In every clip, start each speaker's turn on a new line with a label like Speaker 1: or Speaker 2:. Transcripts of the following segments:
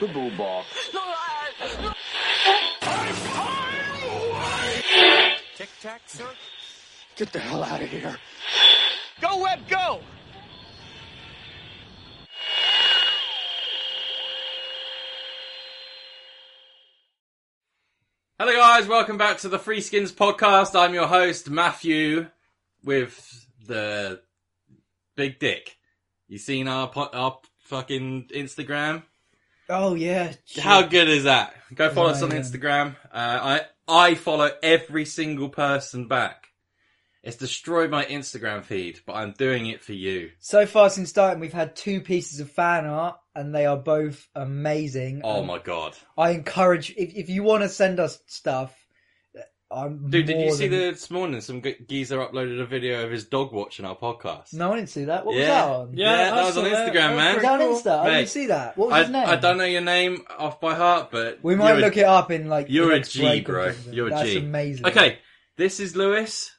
Speaker 1: the blue ball.
Speaker 2: Tic Tac, sir?
Speaker 1: Get the hell out of here.
Speaker 2: Go, Webb, go!
Speaker 3: Hello, guys. Welcome back to the Free Skins podcast. I'm your host, Matthew, with the big dick. You seen our po- our fucking Instagram?
Speaker 4: Oh yeah.
Speaker 3: How good is that? Go follow us
Speaker 4: Oh,
Speaker 3: on
Speaker 4: yeah.
Speaker 3: Instagram. Uh, I I follow every single person back. It's destroyed my Instagram feed, but I'm doing it for you.
Speaker 4: So far since starting, we've had two pieces of fan art, and they are both amazing.
Speaker 3: Oh
Speaker 4: Um,
Speaker 3: my god,
Speaker 4: I encourage if if you want to send us stuff, uh, I'm.
Speaker 3: dude! Did you
Speaker 4: more
Speaker 3: see
Speaker 4: than-
Speaker 3: this morning? Some g- geezer uploaded a video of his dog watching our podcast.
Speaker 4: No, I didn't see that. What
Speaker 3: yeah.
Speaker 4: was that on?
Speaker 3: Yeah,
Speaker 2: Yeah,
Speaker 3: that
Speaker 2: I
Speaker 3: was on
Speaker 2: saw that.
Speaker 3: Instagram,
Speaker 2: That was
Speaker 3: man.
Speaker 4: Was that on
Speaker 2: Cool.
Speaker 4: Insta? I
Speaker 3: Mate,
Speaker 4: didn't see that. What was
Speaker 3: I,
Speaker 4: his name?
Speaker 3: I don't know your name off by heart, but
Speaker 4: We might
Speaker 3: you're a-
Speaker 4: look it up in like. the
Speaker 3: you're a
Speaker 4: next
Speaker 3: G,
Speaker 4: break or
Speaker 3: bro.
Speaker 4: something.
Speaker 3: You're a
Speaker 4: That's
Speaker 3: G.
Speaker 4: amazing.
Speaker 3: Okay, this is Lewis,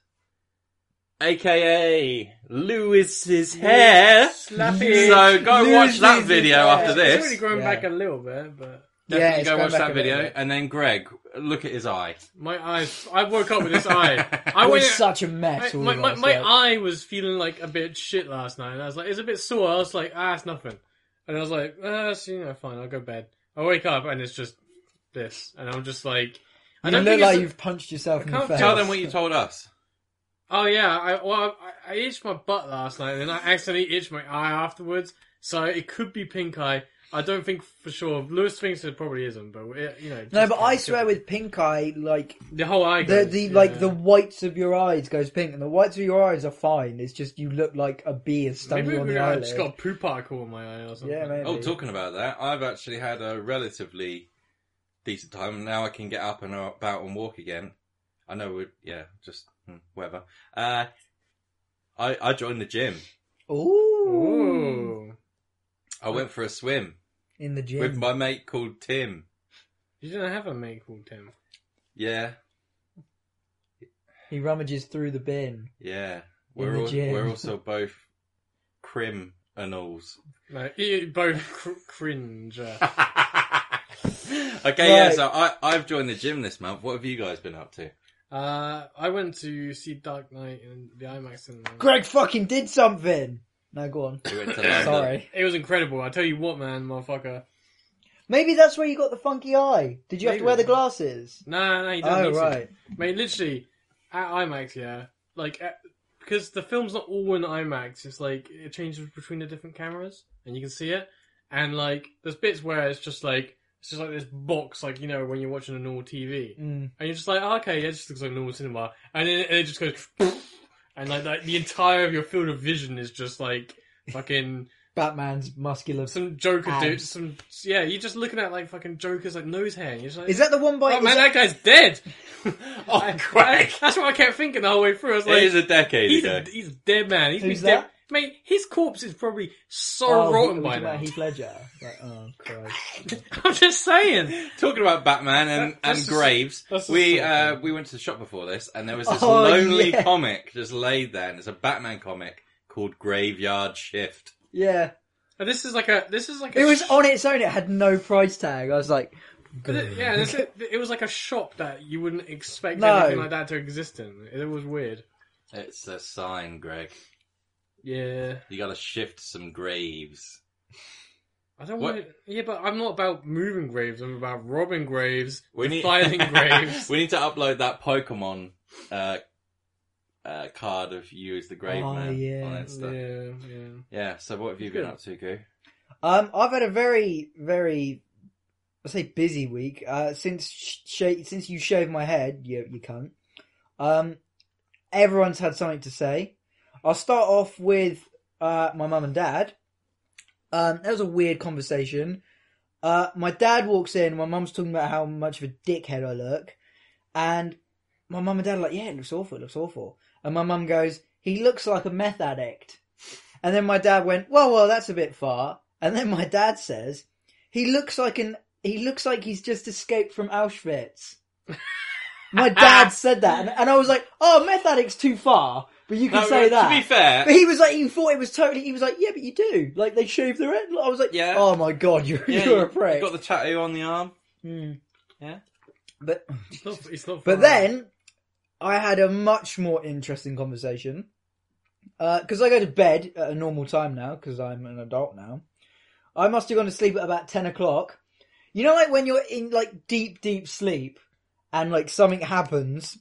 Speaker 3: aka Lewis's hair.
Speaker 2: Slappy.
Speaker 3: So go
Speaker 4: Lewis
Speaker 3: watch that
Speaker 4: is
Speaker 3: video
Speaker 4: his
Speaker 3: after
Speaker 4: hair.
Speaker 2: It's already
Speaker 3: this.
Speaker 2: grown
Speaker 4: Yeah.
Speaker 2: back a little bit, but
Speaker 4: Yeah,
Speaker 3: Definitely
Speaker 4: it's
Speaker 3: go
Speaker 4: going
Speaker 3: watch
Speaker 4: back
Speaker 3: that
Speaker 4: a little
Speaker 3: video,
Speaker 4: bit.
Speaker 3: and then Greg, look at his eye.
Speaker 2: my eye. I woke up with this eye.
Speaker 4: It
Speaker 2: I
Speaker 4: was
Speaker 2: went.
Speaker 4: such a
Speaker 2: I-
Speaker 4: mess. all
Speaker 2: my
Speaker 4: of
Speaker 2: my,
Speaker 4: us,
Speaker 2: my
Speaker 4: like-
Speaker 2: eye was feeling like a bit shit last night. And I was like, it's a bit sore. I was like, ah, it's nothing. And I was like, ah, it's, you know, fine. I'll go to bed. I wake up and it's just this, and I'm just like, I
Speaker 4: You look
Speaker 2: don't think
Speaker 4: like
Speaker 2: it's. a-
Speaker 4: you've punched yourself in the
Speaker 2: can't
Speaker 4: face.
Speaker 3: Tell them what you told us.
Speaker 2: Oh yeah, I well, I, I itched my butt last night, and then I accidentally itched my eye afterwards. So it could be pink eye. I don't think for sure. Lewis thinks it probably isn't, but it, you know.
Speaker 4: No,
Speaker 2: just-
Speaker 4: but I swear with pink eye, like
Speaker 2: the whole eye.
Speaker 4: the
Speaker 2: goes,
Speaker 4: the
Speaker 2: yeah.
Speaker 4: like the whites of your eyes goes pink, and the whites of your eyes are fine. It's just you look like a bee has stung
Speaker 2: Maybe
Speaker 4: you on
Speaker 2: we-
Speaker 4: the
Speaker 2: I
Speaker 4: eyelid.
Speaker 2: just got a poo particle in my eye or something.
Speaker 4: Yeah, maybe.
Speaker 3: Oh, talking about that, I've actually had a relatively decent time. Now I can get up and about and walk again. I know, we yeah, just hmm, whatever. Uh, I I joined the gym.
Speaker 4: Oh. Ooh,
Speaker 2: Ooh.
Speaker 3: I went for a swim
Speaker 4: in the
Speaker 3: with
Speaker 4: gym.
Speaker 3: my mate called Tim.
Speaker 2: You didn't have a mate called Tim.
Speaker 3: Yeah,
Speaker 4: He rummages through the bin.
Speaker 3: yeah.
Speaker 4: In
Speaker 3: We're
Speaker 4: the
Speaker 3: all,
Speaker 4: gym.
Speaker 3: we're also both criminals.
Speaker 2: No, you both cr- cringe. uh.
Speaker 3: okay, yeah.
Speaker 4: Right.
Speaker 3: So I I've joined the gym this month. What have you guys been up to?
Speaker 2: Uh, I went to see Dark Knight in the IMAX uh, cinema.
Speaker 4: Greg fucking did something. No, go on.
Speaker 3: We went to London.
Speaker 4: Sorry.
Speaker 2: It was incredible. I tell you what, man, motherfucker.
Speaker 4: Maybe that's where you got the funky eye. Did you have to
Speaker 2: Maybe.
Speaker 4: wear the glasses?
Speaker 2: Nah, nah, you don't
Speaker 4: Oh
Speaker 2: need to.
Speaker 4: right.
Speaker 2: Mate, literally at IMAX, yeah. Like at, because the film's not all in IMAX. It's like it changes between the different cameras, and you can see it. And like there's bits where it's just like it's just like this box, like you know when you're watching a normal TV,
Speaker 4: Mm.
Speaker 2: and you're just like, oh, okay, yeah, it just looks like normal cinema, and then it, it just goes, and like, like the entire of your field of vision is just like fucking
Speaker 4: Batman's muscular.
Speaker 2: some Joker dude,
Speaker 4: Abs.
Speaker 2: some yeah, you're just looking at like fucking Joker's like nose hair, and you're just like,
Speaker 4: Is that the one by?
Speaker 2: Oh
Speaker 4: is
Speaker 2: man,
Speaker 4: that-
Speaker 2: that guy's dead.
Speaker 3: Oh,
Speaker 2: I-
Speaker 3: Greg.
Speaker 2: that's what I kept thinking the whole way through. I was
Speaker 3: It
Speaker 2: like,
Speaker 3: is a decade
Speaker 2: he's,
Speaker 3: ago.
Speaker 2: a, he's a dead man. He's
Speaker 4: Who's
Speaker 2: been dead.
Speaker 4: that?
Speaker 2: Mate, his corpse is probably so
Speaker 4: oh,
Speaker 2: rotten
Speaker 4: he-
Speaker 2: by
Speaker 4: talking about
Speaker 2: now.
Speaker 4: Heath Ledger. Like, oh Christ.
Speaker 2: I'm just saying.
Speaker 3: Talking about Batman and,
Speaker 2: That-
Speaker 3: and
Speaker 2: that's just-
Speaker 3: Graves,
Speaker 2: that's just
Speaker 3: we
Speaker 2: so
Speaker 3: uh,
Speaker 2: funny.
Speaker 3: we went to the shop before this, and there was this
Speaker 4: Oh,
Speaker 3: lonely
Speaker 4: yeah.
Speaker 3: comic just laid there, and it's a Batman comic called Graveyard Shift.
Speaker 4: Yeah.
Speaker 2: And this is like a. This is like a
Speaker 4: It was
Speaker 2: sh-
Speaker 4: on its own. It had no price tag. I was like,
Speaker 2: but it- yeah, this, it, it was like a shop that you wouldn't expect
Speaker 4: No.
Speaker 2: anything like that to exist in. It was weird.
Speaker 3: It's a sign, Greg.
Speaker 2: Yeah,
Speaker 3: You got to shift some graves.
Speaker 2: I don't
Speaker 3: What-
Speaker 2: want. It, yeah, but I'm not about moving graves. I'm about robbing graves,
Speaker 3: We need
Speaker 2: filing graves.
Speaker 3: we need to upload that Pokemon uh, uh, card of you as the grave
Speaker 4: Oh,
Speaker 3: man
Speaker 4: yeah.
Speaker 3: on Insta. Yeah.
Speaker 2: Yeah, yeah.
Speaker 3: So what have you
Speaker 2: Good.
Speaker 3: been up to, Goo?
Speaker 4: Um, I've had a very, very, I say busy week. Uh, since sh- sh- since you shaved my head, you you cunt. Um, everyone's had something to say. I'll start off with uh my mum and dad. Um, that was a weird conversation. Uh, my dad walks in. My mum's talking about how much of a dickhead I look, and my mum and dad are like, "Yeah, it looks awful. It looks awful." And my mum goes, "He looks like a meth addict." And then my dad went, "Well, well, that's a bit far." And then my dad says, "He looks like an he looks like he's just escaped from Auschwitz." My dad said that, and, and I was like, "Oh, meth addict's too far." But you can
Speaker 3: No,
Speaker 4: say that.
Speaker 3: To be fair,
Speaker 4: But he was like, he thought it was totally. He was like, yeah, but you do. Like they shave their head. I was like,
Speaker 3: Yeah.
Speaker 4: oh my god, you're
Speaker 3: yeah,
Speaker 4: you're
Speaker 3: you-
Speaker 4: a prick.
Speaker 3: you got the tattoo on the arm.
Speaker 4: Hmm.
Speaker 3: Yeah.
Speaker 4: But
Speaker 2: It's not, it's not
Speaker 4: but
Speaker 2: far.
Speaker 4: then I had a much more interesting conversation because I go to bed at a normal time now because I'm an adult now. I must have gone to sleep at about ten o'clock. You know, like when you're in like deep, deep sleep and like something happens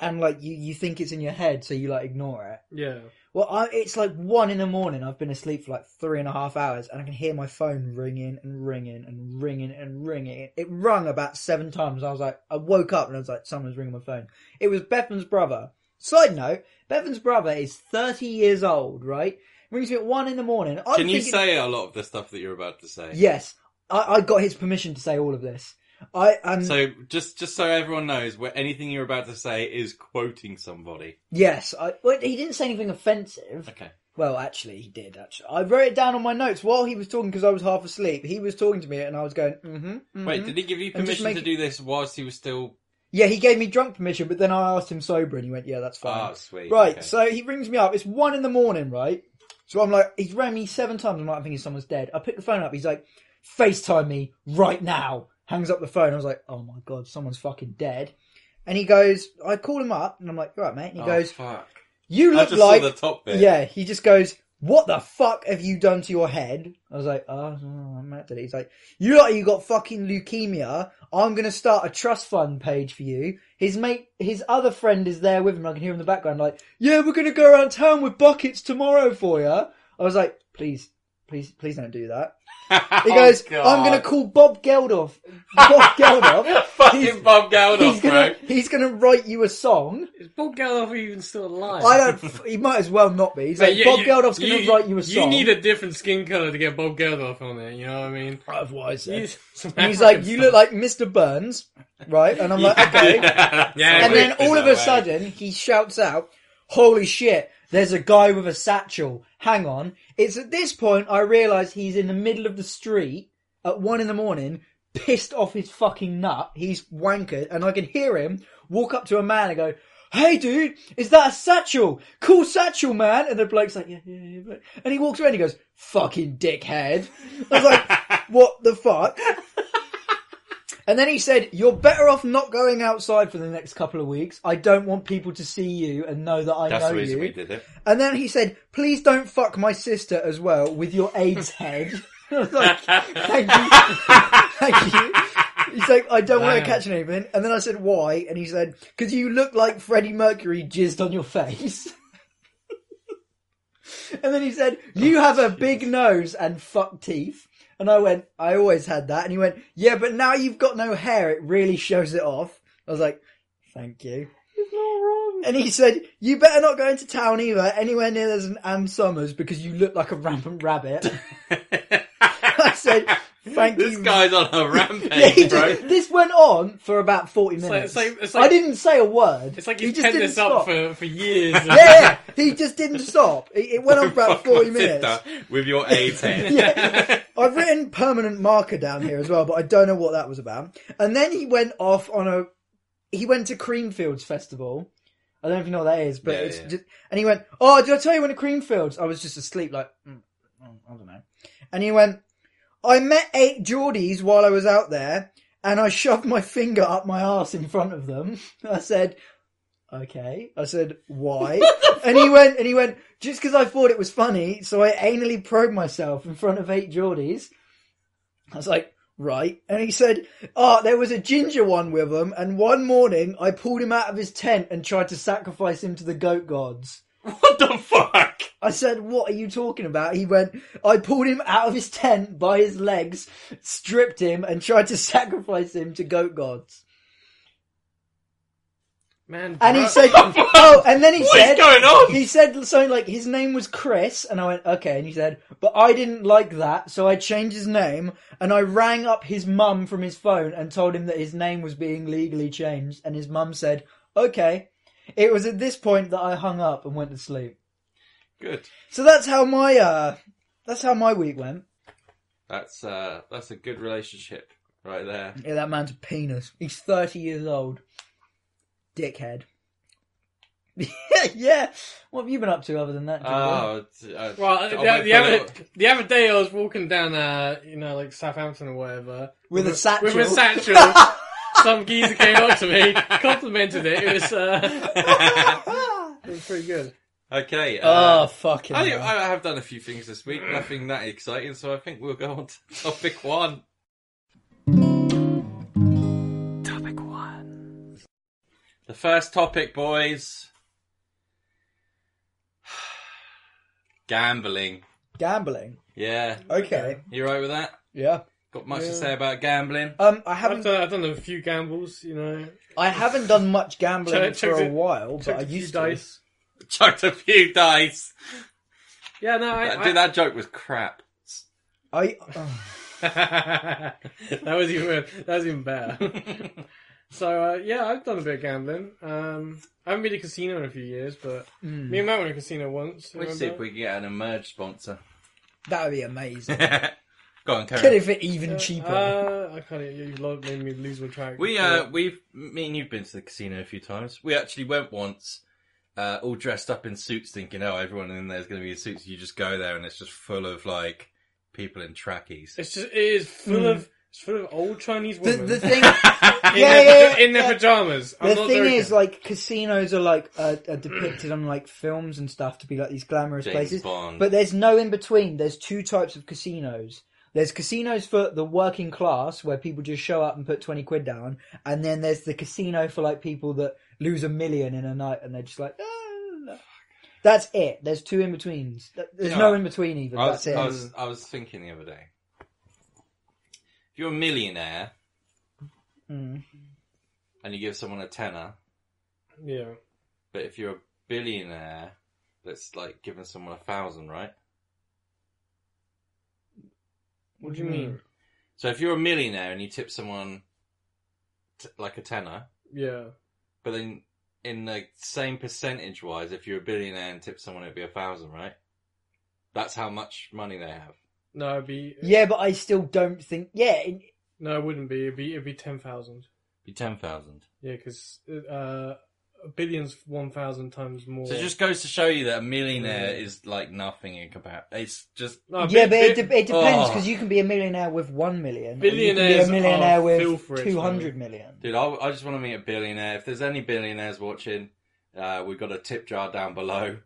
Speaker 4: and like you you think it's in your head, so you like ignore it.
Speaker 2: Yeah.
Speaker 4: Well, I, it's like one in the morning. I've been asleep for like three and a half hours, and I can hear my phone ringing and ringing and ringing and ringing. It rung about seven times. I was like, I woke up and I was like, someone's ringing my phone. It was Bethan's brother. Side note: Bethan's brother is thirty years old. Right? Rings me at one in the morning. I'm
Speaker 3: Can you
Speaker 4: thinking-
Speaker 3: say a lot of the stuff that you're about to say?
Speaker 4: yes? I, I got his permission to say all of this. I um,
Speaker 3: So just just so everyone knows, where anything you're about to say is quoting somebody.
Speaker 4: yes. I, well, he didn't say anything offensive.
Speaker 3: Okay.
Speaker 4: Well, actually, he did. Actually, I wrote it down on my notes while he was talking because I was half asleep. He was talking to me, and I was going, "Mm-hmm." mhm."
Speaker 3: Wait, did he give you
Speaker 4: And just
Speaker 3: permission
Speaker 4: make
Speaker 3: to
Speaker 4: it-
Speaker 3: do this whilst he was still?
Speaker 4: yeah, he gave me drunk permission, but then I asked him sober, and he went, "Yeah, that's
Speaker 3: Ah,
Speaker 4: fine."
Speaker 3: sweet.
Speaker 4: right.
Speaker 3: okay.
Speaker 4: So he rings me up. It's one in the morning, right? So I'm like, he's rang me seven times. I'm like, I'm thinking someone's dead. I pick the phone up. He's like, "Facetime me right now." Hangs up the phone. I was like, "Oh my god, someone's fucking dead." And he goes, I call him up, and I'm like, "You all right, mate?" And he
Speaker 3: Oh,
Speaker 4: goes,
Speaker 3: fuck.
Speaker 4: "You
Speaker 3: I
Speaker 4: look
Speaker 3: just
Speaker 4: like."
Speaker 3: saw the top bit.
Speaker 4: Yeah, he just goes, "What the fuck have you done to your head?" I was like, "Oh, oh, I'm mad at it." He's like, "You lot, you got fucking leukemia. I'm gonna start a trust fund page for you." His mate, his other friend is there with him. I can hear him in the background, like, "Yeah, we're gonna go around town with buckets tomorrow for you." I was like, "Please, please, please don't do that."
Speaker 2: Oh,
Speaker 3: Oh,
Speaker 4: He goes, "I'm gonna call Bob Geldof. Bob Geldof.
Speaker 3: Fucking Bob
Speaker 4: He's
Speaker 3: Geldof,
Speaker 4: gonna,
Speaker 3: bro.
Speaker 4: he's gonna write you a song."
Speaker 2: Is Bob Geldof even still alive?
Speaker 4: I don't. f- He might as well not be. He's like,
Speaker 2: Mate, you-
Speaker 4: Bob
Speaker 2: you-
Speaker 4: Geldof's going to
Speaker 2: you-
Speaker 4: write you a song.
Speaker 2: You need a different skin color to get Bob Geldof on it. You know what I mean?
Speaker 4: Otherwise, then.
Speaker 2: He's,
Speaker 4: And he's like, "You look like Mr. Burns, right?" And I'm like, "Okay."
Speaker 3: yeah.
Speaker 4: And then
Speaker 3: Is
Speaker 4: all
Speaker 3: that
Speaker 4: of a
Speaker 3: way?
Speaker 4: sudden, he shouts out, "Holy shit! There's a guy with a satchel. Hang on!" It's at this point I realise he's in the middle of the street at one in the morning, pissed off his fucking nut. He's wankered, and I can hear him walk up to a man and go. Hey dude, is that a satchel? Cool satchel, man. And the bloke's like, yeah, yeah, yeah. bloke." And he walks around and he goes, fucking dickhead. I was like, what the fuck? And then he said, You're better off not going outside for the next couple of weeks. I don't want people to see you and know that I
Speaker 3: That's
Speaker 4: know
Speaker 3: the reason
Speaker 4: you.
Speaker 3: we did it.
Speaker 4: And then he said, Please don't fuck my sister as well with your AIDS head. I was like, Thank you. Thank you. He's like, I don't want to
Speaker 2: Wow.
Speaker 4: catch anything. And then I said, Why? And he said, Because you look like Freddie Mercury jizzed on your face. and then he said, You have a big nose and fuck teeth. And I went, I always had that. And he went, Yeah, but now you've got no hair. It really shows it off. I was like, Thank you. And he said, "You better not go into town either, anywhere near there's an Am Summers, because you look like a rampant rabbit." I said, "Thank
Speaker 3: This
Speaker 4: you."
Speaker 3: guy's on a
Speaker 4: Yeah, he
Speaker 3: rampage, bro.
Speaker 4: just- this went on for about forty
Speaker 2: like-
Speaker 4: minutes.
Speaker 2: it's like- it's like-
Speaker 4: I didn't say a word.
Speaker 2: It's like
Speaker 4: He
Speaker 2: he's
Speaker 4: just
Speaker 2: pent
Speaker 4: didn't
Speaker 2: this up
Speaker 4: stop.
Speaker 2: for, for years.
Speaker 4: yeah, yeah, he just didn't stop. It, it went on for about
Speaker 3: Fuck my
Speaker 4: forty minutes.
Speaker 3: sister with your AIDS head.
Speaker 4: Yeah. I've written permanent marker down here as well, but I don't know what that was about. And then he went off on a he went to Creamfields Festival. I don't know if you know what that is, but
Speaker 3: Yeah,
Speaker 4: it's
Speaker 3: yeah.
Speaker 4: just and he went, Oh, did I tell you when at Creamfields? I was just asleep, like mm, mm, I don't know. And he went, I met eight Geordies while I was out there, and I shoved my finger up my ass in front of them. I said, okay. I said, why? and he went, and he went, just because I thought it was funny, so I anally probed myself in front of eight Geordies. I was like, right. And he said, oh, there was a ginger one with him, and one morning I pulled him out of his tent and tried to sacrifice him to the goat gods.
Speaker 3: What the fuck?
Speaker 4: I said, what are you talking about? He went, I pulled him out of his tent by his legs, stripped him, and tried to sacrifice him to goat gods.
Speaker 2: Man,
Speaker 4: And he
Speaker 2: bro-
Speaker 4: said, oh, and then he
Speaker 3: Uh, What
Speaker 4: said,
Speaker 3: is going on?
Speaker 4: he said something like his name was Chris, and I went okay. And he said, but I didn't like that, so I changed his name and I rang up his mum from his phone and told him that his name was being legally changed, and his mum said okay. It was at this point that I hung up and went to sleep.
Speaker 3: Good.
Speaker 4: So that's how my uh, that's how my week went.
Speaker 3: That's uh, that's a good relationship right there.
Speaker 4: Yeah, that man's a penis. He's thirty years old. dickhead. yeah. What have you been up to other than that? Jim?
Speaker 3: Oh, t- uh,
Speaker 2: Well,
Speaker 3: I'll
Speaker 2: the,
Speaker 3: wait
Speaker 2: the,
Speaker 3: for
Speaker 2: other,
Speaker 3: it.
Speaker 2: the other day I was walking down, uh, you know, like Southampton or whatever.
Speaker 4: with a satchel.
Speaker 2: With a satchel. Some geezer came up to me, complimented it. It was, uh, it was pretty good.
Speaker 3: okay.
Speaker 4: oh
Speaker 3: Uh,
Speaker 4: fucking.
Speaker 3: I,
Speaker 4: hell.
Speaker 3: I have done a few things this week, nothing that exciting, so I think we'll go on to topic one.
Speaker 1: Topic one.
Speaker 3: The first topic, boys gambling.
Speaker 4: Gambling.
Speaker 3: Yeah.
Speaker 4: Okay.
Speaker 3: You right with that?
Speaker 4: Yeah.
Speaker 3: Got much
Speaker 2: Yeah.
Speaker 3: to say about gambling?
Speaker 4: Um, I
Speaker 2: I've
Speaker 4: haven't.
Speaker 2: done, I've done a few gambles, you know.
Speaker 4: I haven't done much
Speaker 2: Check-
Speaker 4: gambling
Speaker 2: check
Speaker 4: for a
Speaker 2: the-
Speaker 4: while, but
Speaker 2: Chucked
Speaker 4: I
Speaker 2: a few
Speaker 4: used to.
Speaker 2: dice.
Speaker 3: Chucked a few dice.
Speaker 2: Yeah, no, I,
Speaker 3: That,
Speaker 2: I,
Speaker 3: dude, that joke was crap.
Speaker 4: I. oh.
Speaker 2: that was even that was even better. so uh, yeah, I've done a bit of gambling. Um, I haven't been to a casino in a few years, but
Speaker 4: Mm.
Speaker 2: me and Matt went to a casino once.
Speaker 3: Let's see if we can get an emerge sponsor.
Speaker 4: That would be amazing.
Speaker 3: go on,
Speaker 4: Could
Speaker 3: Karen.
Speaker 4: if it even cheaper.
Speaker 2: Uh, I can't. You lo- made me lose my track.
Speaker 3: We uh, we've me and you've been to the casino a few times. We actually went once, uh, all dressed up in suits, thinking, oh, everyone in there's going to be in suits. You just go there and it's just full of like people in trackies.
Speaker 2: it's just it is full
Speaker 4: Mm.
Speaker 2: of it's full of old Chinese
Speaker 4: the,
Speaker 2: women.
Speaker 4: the thing.
Speaker 2: in
Speaker 4: Yeah,
Speaker 2: their,
Speaker 4: yeah, yeah,
Speaker 2: in their
Speaker 4: yeah.
Speaker 2: pajamas. I'm
Speaker 4: the
Speaker 2: not
Speaker 4: thing
Speaker 2: joking.
Speaker 4: is, like, casinos are like uh, are depicted on like films and stuff to be like these glamorous
Speaker 3: James
Speaker 4: places,
Speaker 3: Bond.
Speaker 4: but there's no in between. There's two types of casinos. There's casinos for the working class where people just show up and put twenty quid down, and then there's the casino for like people that lose a million in a night and they're just like, "Ah." that's it. There's two in betweens. There's
Speaker 3: Yeah.
Speaker 4: no in between even.
Speaker 3: I
Speaker 4: That's
Speaker 3: was,
Speaker 4: it.
Speaker 3: I was I was thinking the other day. If you're a millionaire
Speaker 4: Mm.
Speaker 3: and you give someone a tenner,
Speaker 2: yeah,
Speaker 3: but if you're a billionaire, that's like giving someone a thousand, right?
Speaker 2: what do you mean?
Speaker 3: So if you're a millionaire and you tip someone t- like a tenner,
Speaker 2: Yeah,
Speaker 3: but then in the same percentage wise, if you're a billionaire and tip someone, it'd be a thousand, right? That's how much money they have.
Speaker 2: no, it'd be
Speaker 4: Yeah, but I still don't think. Yeah, in,
Speaker 2: no, it wouldn't be. It'd be it'd be ten thousand.
Speaker 3: Be ten thousand.
Speaker 2: Yeah, because uh, a billion's one thousand times more.
Speaker 3: So it just goes to show you that a millionaire is like nothing in comparison. It's just
Speaker 2: No,
Speaker 4: yeah,
Speaker 2: bi-
Speaker 4: but it,
Speaker 2: bi-
Speaker 4: de- it depends
Speaker 3: Oh.
Speaker 4: because you can be a millionaire with one million. or you
Speaker 2: Billionaires
Speaker 4: can be a millionaire
Speaker 2: are filth
Speaker 4: with
Speaker 2: rich,
Speaker 4: two hundred million.
Speaker 3: Dude, I, I just want to meet a billionaire. If there's any billionaires watching, uh, we've got a tip jar down below.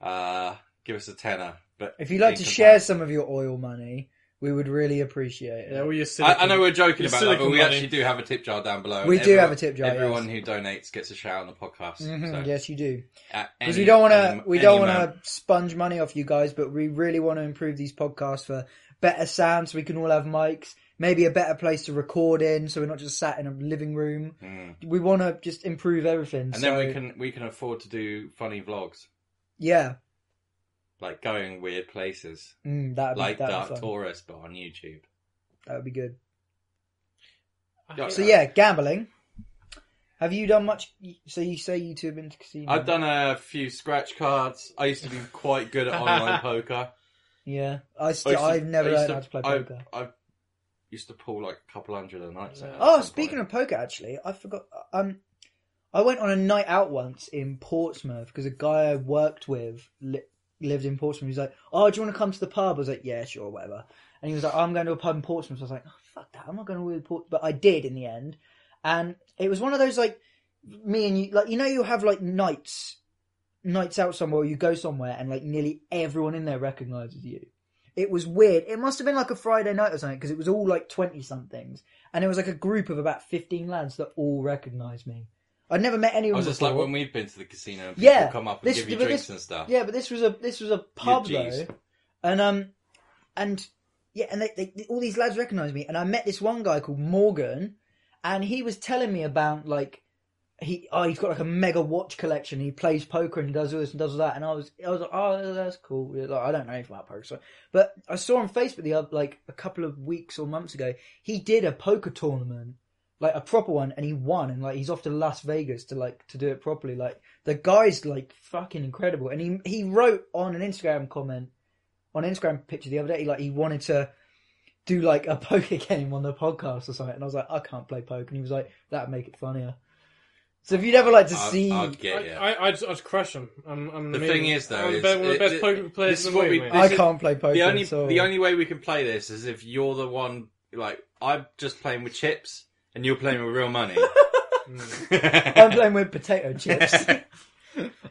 Speaker 3: Uh, give us a tenner. But
Speaker 4: If you'd like
Speaker 3: in
Speaker 4: to
Speaker 3: compa-
Speaker 4: share some of your oil money, we would really appreciate it.
Speaker 2: yeah, well, you're
Speaker 3: I,
Speaker 2: silicon.
Speaker 3: I know we're joking
Speaker 2: Your
Speaker 3: about that, but
Speaker 2: silicon
Speaker 3: we
Speaker 2: money.
Speaker 3: actually do have a tip jar down below.
Speaker 4: We
Speaker 3: and
Speaker 4: do
Speaker 3: everyone-
Speaker 4: have a tip jar,
Speaker 3: Everyone who donates gets a shout on the podcast.
Speaker 4: Mhm,
Speaker 3: so,
Speaker 4: Yes, you do.
Speaker 3: at
Speaker 4: Because
Speaker 3: any-
Speaker 4: we don't want
Speaker 3: any-
Speaker 4: to, we don't
Speaker 3: any
Speaker 4: want
Speaker 3: amount.
Speaker 4: to sponge money off you guys, but we really want to improve these podcasts for better sound, so we can all have mics, maybe a better place to record in, so we're not just sat in a living room.
Speaker 3: Mm.
Speaker 4: We want to just improve everything.
Speaker 3: And then
Speaker 4: so-
Speaker 3: we can we can afford to do funny vlogs,
Speaker 4: yeah,
Speaker 3: like going weird places,
Speaker 4: mm, that would
Speaker 3: like
Speaker 4: be, that'd be
Speaker 3: Dark
Speaker 4: fun.
Speaker 3: Taurus, but on YouTube.
Speaker 4: That would be good.
Speaker 2: I
Speaker 3: Yeah,
Speaker 2: think-
Speaker 4: So yeah, gambling. Have you done much? So you say you two have been to casino.
Speaker 3: I've done a few scratch cards. I used to be quite good at online poker.
Speaker 4: Yeah, I
Speaker 3: I
Speaker 4: st-
Speaker 3: used to-
Speaker 4: I've never
Speaker 3: I used
Speaker 4: learned how to play
Speaker 3: I-
Speaker 4: poker.
Speaker 3: I, used to pull like a couple hundred a night.
Speaker 2: Yeah.
Speaker 4: Oh, speaking of poker, actually, I forgot. Um, I went on a night out once in Portsmouth because a guy I worked with li- lived in Portsmouth. He's like, "Oh, do you want to come to the pub?" I was like, "Yeah, sure, whatever." And he was like, "Oh, "I'm going to a pub in Portsmouth." So I was like, "Oh, fuck that! I'm not going to really Port," but I did in the end. And it was one of those like me and you, like you know, you have like nights, nights out somewhere. You go somewhere, and like nearly everyone in there recognizes you. It was weird. It must have been like a Friday night or something because it was all like twenty somethings and it was like a group of about 15 lads that all recognised me. I'd never met
Speaker 3: I
Speaker 4: anyone
Speaker 3: was
Speaker 4: before.
Speaker 3: just like when we've been to the casino. And people
Speaker 4: Yeah,
Speaker 3: come up and
Speaker 4: this-
Speaker 3: give you
Speaker 4: but
Speaker 3: drinks
Speaker 4: this-
Speaker 3: and stuff.
Speaker 4: Yeah, but this was a this was a pub
Speaker 3: geez.
Speaker 4: though, and um, and yeah, and they, they all these lads recognised me, and I met this one guy called Morgan, and he was telling me about like he oh he's got like a mega watch collection. He plays poker and he does all this and does all that, and I was I was like oh that's cool. Like, I don't know anything about poker, so. but I saw on Facebook the other like a couple of weeks or months ago he did a poker tournament. Like a proper one, and he won, and like he's off to Las Vegas to like to do it properly. Like the guy's like fucking incredible and he he wrote on an instagram comment on an instagram picture the other day like he wanted to do like a poker game on the podcast or something and i was like i can't play poker and he was like that'd make it funnier So if you'd ever like to
Speaker 3: I'd-
Speaker 4: see,
Speaker 3: I'd
Speaker 2: I,
Speaker 3: get you.
Speaker 2: I, I'd, I'd crush them. I'm, I'm
Speaker 3: The
Speaker 2: amazing.
Speaker 3: thing is, though,
Speaker 2: I'm
Speaker 3: is
Speaker 2: one of the
Speaker 3: it-
Speaker 2: best
Speaker 3: it-
Speaker 2: poker players
Speaker 3: this
Speaker 2: in
Speaker 3: is
Speaker 2: the
Speaker 3: what
Speaker 2: world.
Speaker 3: we-
Speaker 2: mate.
Speaker 3: this
Speaker 4: I
Speaker 3: is-
Speaker 4: can't play poker.
Speaker 3: the only
Speaker 4: so
Speaker 3: the only way we can play this is if you're the one like I'm just playing with chips and you're playing with real money.
Speaker 2: Mm.
Speaker 4: I'm playing with potato chips,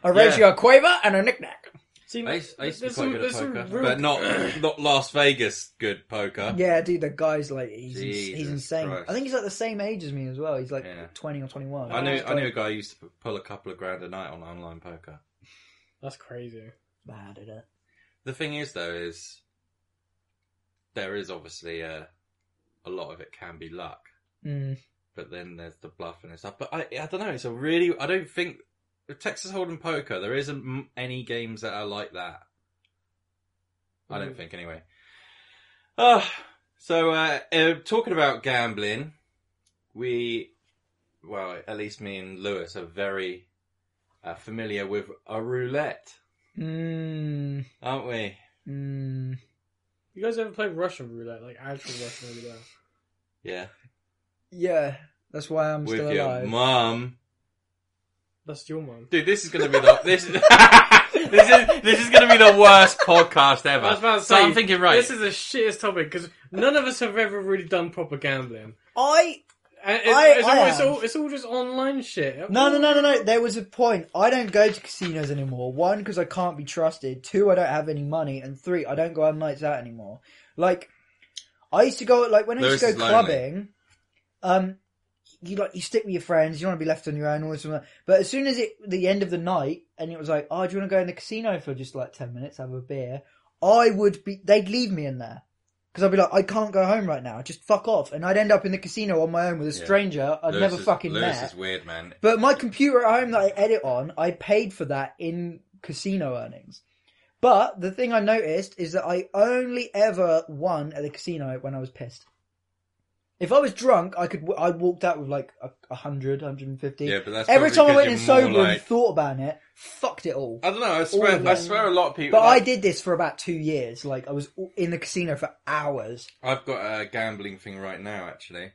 Speaker 4: a ratio quaver, and a knickknack.
Speaker 2: See,
Speaker 3: I used, I used to be
Speaker 2: there's
Speaker 3: quite
Speaker 2: some-
Speaker 3: good at
Speaker 2: there's some
Speaker 3: poker,
Speaker 2: real-
Speaker 3: but not not Las Vegas good poker.
Speaker 4: Yeah, dude, the guy's like he's
Speaker 3: Jesus
Speaker 4: he's insane.
Speaker 3: Christ.
Speaker 4: I think he's like the same age as me as well. He's like
Speaker 3: Yeah.
Speaker 4: twenty or twenty one.
Speaker 3: I knew I knew a guy who used to pull a couple of grand a night on online poker.
Speaker 2: That's crazy.
Speaker 4: Bad at it.
Speaker 3: The thing is, though, is there is obviously a a lot of it can be luck,
Speaker 4: Mm.
Speaker 3: but then there's the bluff and stuff. But I I don't know. It's a really I don't think with Texas Hold'em poker there isn't m- any games that are like that. I don't
Speaker 2: Mm.
Speaker 3: think anyway. Oh, so uh, uh, talking about gambling, we well at least me and Lewis are very uh, familiar with a roulette,
Speaker 4: Mm.
Speaker 3: aren't we?
Speaker 4: Mm.
Speaker 2: You guys ever play Russian roulette, like actual Russian roulette?
Speaker 3: Yeah,
Speaker 4: Yeah, that's why I'm
Speaker 3: with
Speaker 4: still
Speaker 3: your
Speaker 4: alive.
Speaker 3: mum.
Speaker 2: That's your mum.
Speaker 3: Dude, this is gonna be the this is this is this is gonna be the worst podcast ever.
Speaker 2: I was about to
Speaker 3: so
Speaker 2: say,
Speaker 3: I'm thinking right.
Speaker 2: This is the shittest topic because none of us have ever really done proper gambling.
Speaker 4: I
Speaker 2: And It's,
Speaker 4: I-
Speaker 2: it's,
Speaker 4: I
Speaker 2: all, it's,
Speaker 4: have.
Speaker 2: all, it's all just online shit.
Speaker 4: No, no, no, no, no. There was a point. I don't go to casinos anymore. One, because I can't be trusted. Two, I don't have any money. And three, I don't go on nights out anymore. Like, I used to go, like, when I used
Speaker 3: Lewis
Speaker 4: to
Speaker 3: is
Speaker 4: go
Speaker 3: lonely.
Speaker 4: clubbing, um, you like, you stick with your friends, you want to be left on your own, all this and that. But as soon as it, the end of the night, and it was like, oh, do you want to go in the casino for just like 10 minutes, have a beer? I would be, they'd leave me in there. Because I'd be like, I can't go home right now. Just fuck off. And I'd end up in the casino on my own with a
Speaker 3: Yeah.
Speaker 4: stranger I'd
Speaker 3: Lewis
Speaker 4: never
Speaker 3: is-
Speaker 4: fucking met.
Speaker 3: Lewis is weird, man.
Speaker 4: But my computer at home that I edit on, I paid for that in casino earnings. But the thing I noticed is that I only ever won at the casino when I was pissed. If I was drunk, I could I walked out with like a, a hundred, hundred and fifty.
Speaker 3: Yeah, but that's
Speaker 4: Every time
Speaker 3: probably
Speaker 4: I went in
Speaker 3: 'cause you're more
Speaker 4: sober and
Speaker 3: like-
Speaker 4: thought about it, fucked it all.
Speaker 3: I don't know. I
Speaker 4: All of
Speaker 3: swear, I
Speaker 4: it.
Speaker 3: swear, a lot of people.
Speaker 4: But I
Speaker 3: like,
Speaker 4: did this for about two years. Like I was in the casino for hours.
Speaker 3: I've got a gambling thing right now, actually.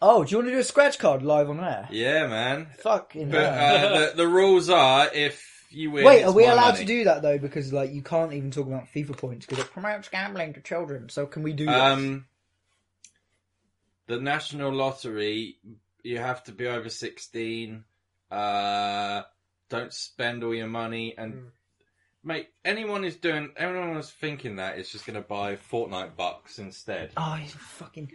Speaker 4: Oh, do you want to do a scratch card live on air?
Speaker 3: Yeah, man.
Speaker 4: Fucking
Speaker 3: But
Speaker 4: hell.
Speaker 3: uh, the, the rules are if you win.
Speaker 4: Wait,
Speaker 3: it's
Speaker 4: are we
Speaker 3: my
Speaker 4: allowed to
Speaker 3: money.
Speaker 4: do that though? Because like you can't even talk about FIFA points because it promotes gambling to children. So can we do that?
Speaker 3: Um, the national lottery. You have to be over sixteen. Uh, don't spend all your money and.
Speaker 2: Mm.
Speaker 3: Mate, anyone who's doing, anyone who's thinking that is just going to buy Fortnite bucks instead.
Speaker 4: Oh, he's a fucking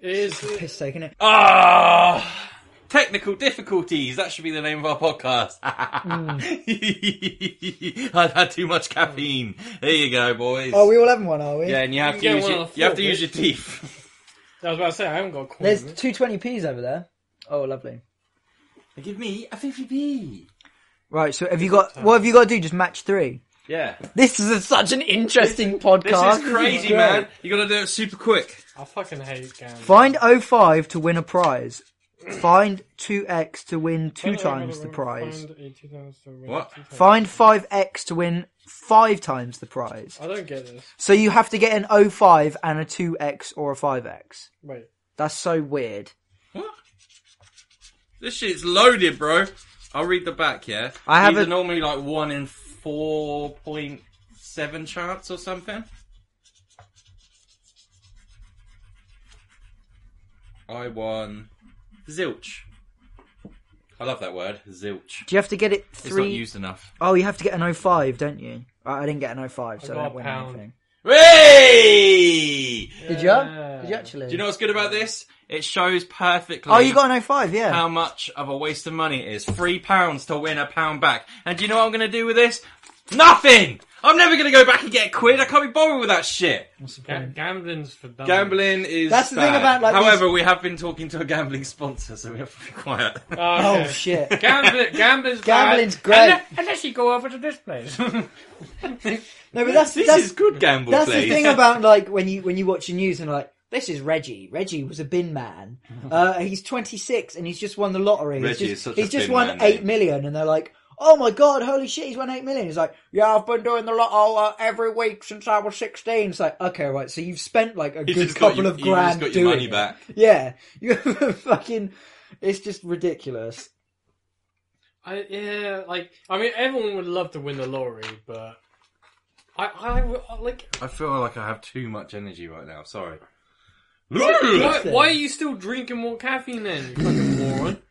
Speaker 2: It is.
Speaker 4: piss taking it.
Speaker 3: Ah, technical difficulties. That should be the name of our podcast. I've had too much caffeine. There you go, boys.
Speaker 4: Oh, we all having one, are we?
Speaker 3: yeah, and you have to
Speaker 2: You can get
Speaker 3: use
Speaker 2: one
Speaker 3: your,
Speaker 2: on the
Speaker 3: you have to
Speaker 2: floor,
Speaker 3: use your teeth.
Speaker 2: I was about to say, I haven't got a coin.
Speaker 4: There's two twenty p's over there. Oh, lovely.
Speaker 3: Give me a fifty p.
Speaker 4: Right. So have you got? What have you got to do? Just match three.
Speaker 3: Yeah,
Speaker 4: This is a, such an interesting
Speaker 3: this
Speaker 4: podcast.
Speaker 3: is crazy,
Speaker 4: great.
Speaker 3: man. You got to do it super quick.
Speaker 2: I fucking hate gambling.
Speaker 4: Find 05 to win a prize. Find 2x to win two times the prize.
Speaker 2: Find a two times the win-
Speaker 3: What?
Speaker 2: two times.
Speaker 4: Find 5x to win five times the prize.
Speaker 2: I don't get this.
Speaker 4: So you have to get an 05 and a 2x or a 5x.
Speaker 2: Wait.
Speaker 4: That's so weird.
Speaker 3: What? This shit's loaded, bro. I'll read the back, yeah?
Speaker 4: I have
Speaker 3: These
Speaker 4: a-
Speaker 3: are normally like 1 in 4.7 chance or something. I won zilch. I love that word, zilch.
Speaker 4: Do you have to get it
Speaker 3: It's not
Speaker 4: three
Speaker 3: used enough.
Speaker 4: Oh, you have to get an 05, don't you? I, I didn't get an 05, so I,
Speaker 2: got
Speaker 4: don't
Speaker 2: a
Speaker 4: win
Speaker 2: pound.
Speaker 4: anything.
Speaker 3: Hey!
Speaker 4: Did you?
Speaker 2: Yeah.
Speaker 4: Did you actually?
Speaker 3: Do you know what's good about this? It shows perfectly.
Speaker 4: oh, you got an 05, yeah.
Speaker 3: how much of a waste of money it is. Three pounds to win a pound back. And do you know what I'm going to do with this? Nothing! I'm never going to go back and get a quid. I can't be bothered with that shit.
Speaker 2: Ga- gambling's for dumb.
Speaker 3: Gambling is.
Speaker 4: That's the thing
Speaker 3: bad.
Speaker 4: about, like,
Speaker 3: However, we have been talking to a gambling sponsor, so we have to be quiet.
Speaker 2: Oh,
Speaker 4: Oh,
Speaker 2: okay.
Speaker 4: shit.
Speaker 2: Gambling, gambling's
Speaker 4: Gambling's
Speaker 2: bad.
Speaker 4: great.
Speaker 2: Unless, unless you go over to this place.
Speaker 4: No, but that's,
Speaker 3: this
Speaker 4: that's,
Speaker 3: is good gamble,
Speaker 4: that's
Speaker 3: please.
Speaker 4: the thing about, like, when you, when you watch the news and, like, this is Reggie. Reggie was a bin man. Uh, he's 26 and he's just won the lottery.
Speaker 3: Mm-hmm. Reggie
Speaker 4: he's just,
Speaker 3: is such
Speaker 4: he's
Speaker 3: a
Speaker 4: just
Speaker 3: bin
Speaker 4: won
Speaker 3: man,
Speaker 4: eight
Speaker 3: mate.
Speaker 4: million, and they're like, oh my god, holy shit, he's won 8 million. He's like, yeah, I've been doing the lotto uh, every week since I was 16. It's like, okay, right, so you've spent, like, a
Speaker 3: You
Speaker 4: good
Speaker 3: just got
Speaker 4: couple
Speaker 3: your-
Speaker 4: of
Speaker 3: you just
Speaker 4: grand
Speaker 3: got your
Speaker 4: doing
Speaker 3: money
Speaker 4: it.
Speaker 3: back.
Speaker 4: Yeah, you fucking. It's just ridiculous.
Speaker 2: I yeah, like I mean, everyone would love to win the lottery, but I I would- like
Speaker 3: I feel like I have too much energy right now. Sorry.
Speaker 2: why,
Speaker 4: Listen.
Speaker 2: why are you still drinking more caffeine then? You fucking moron.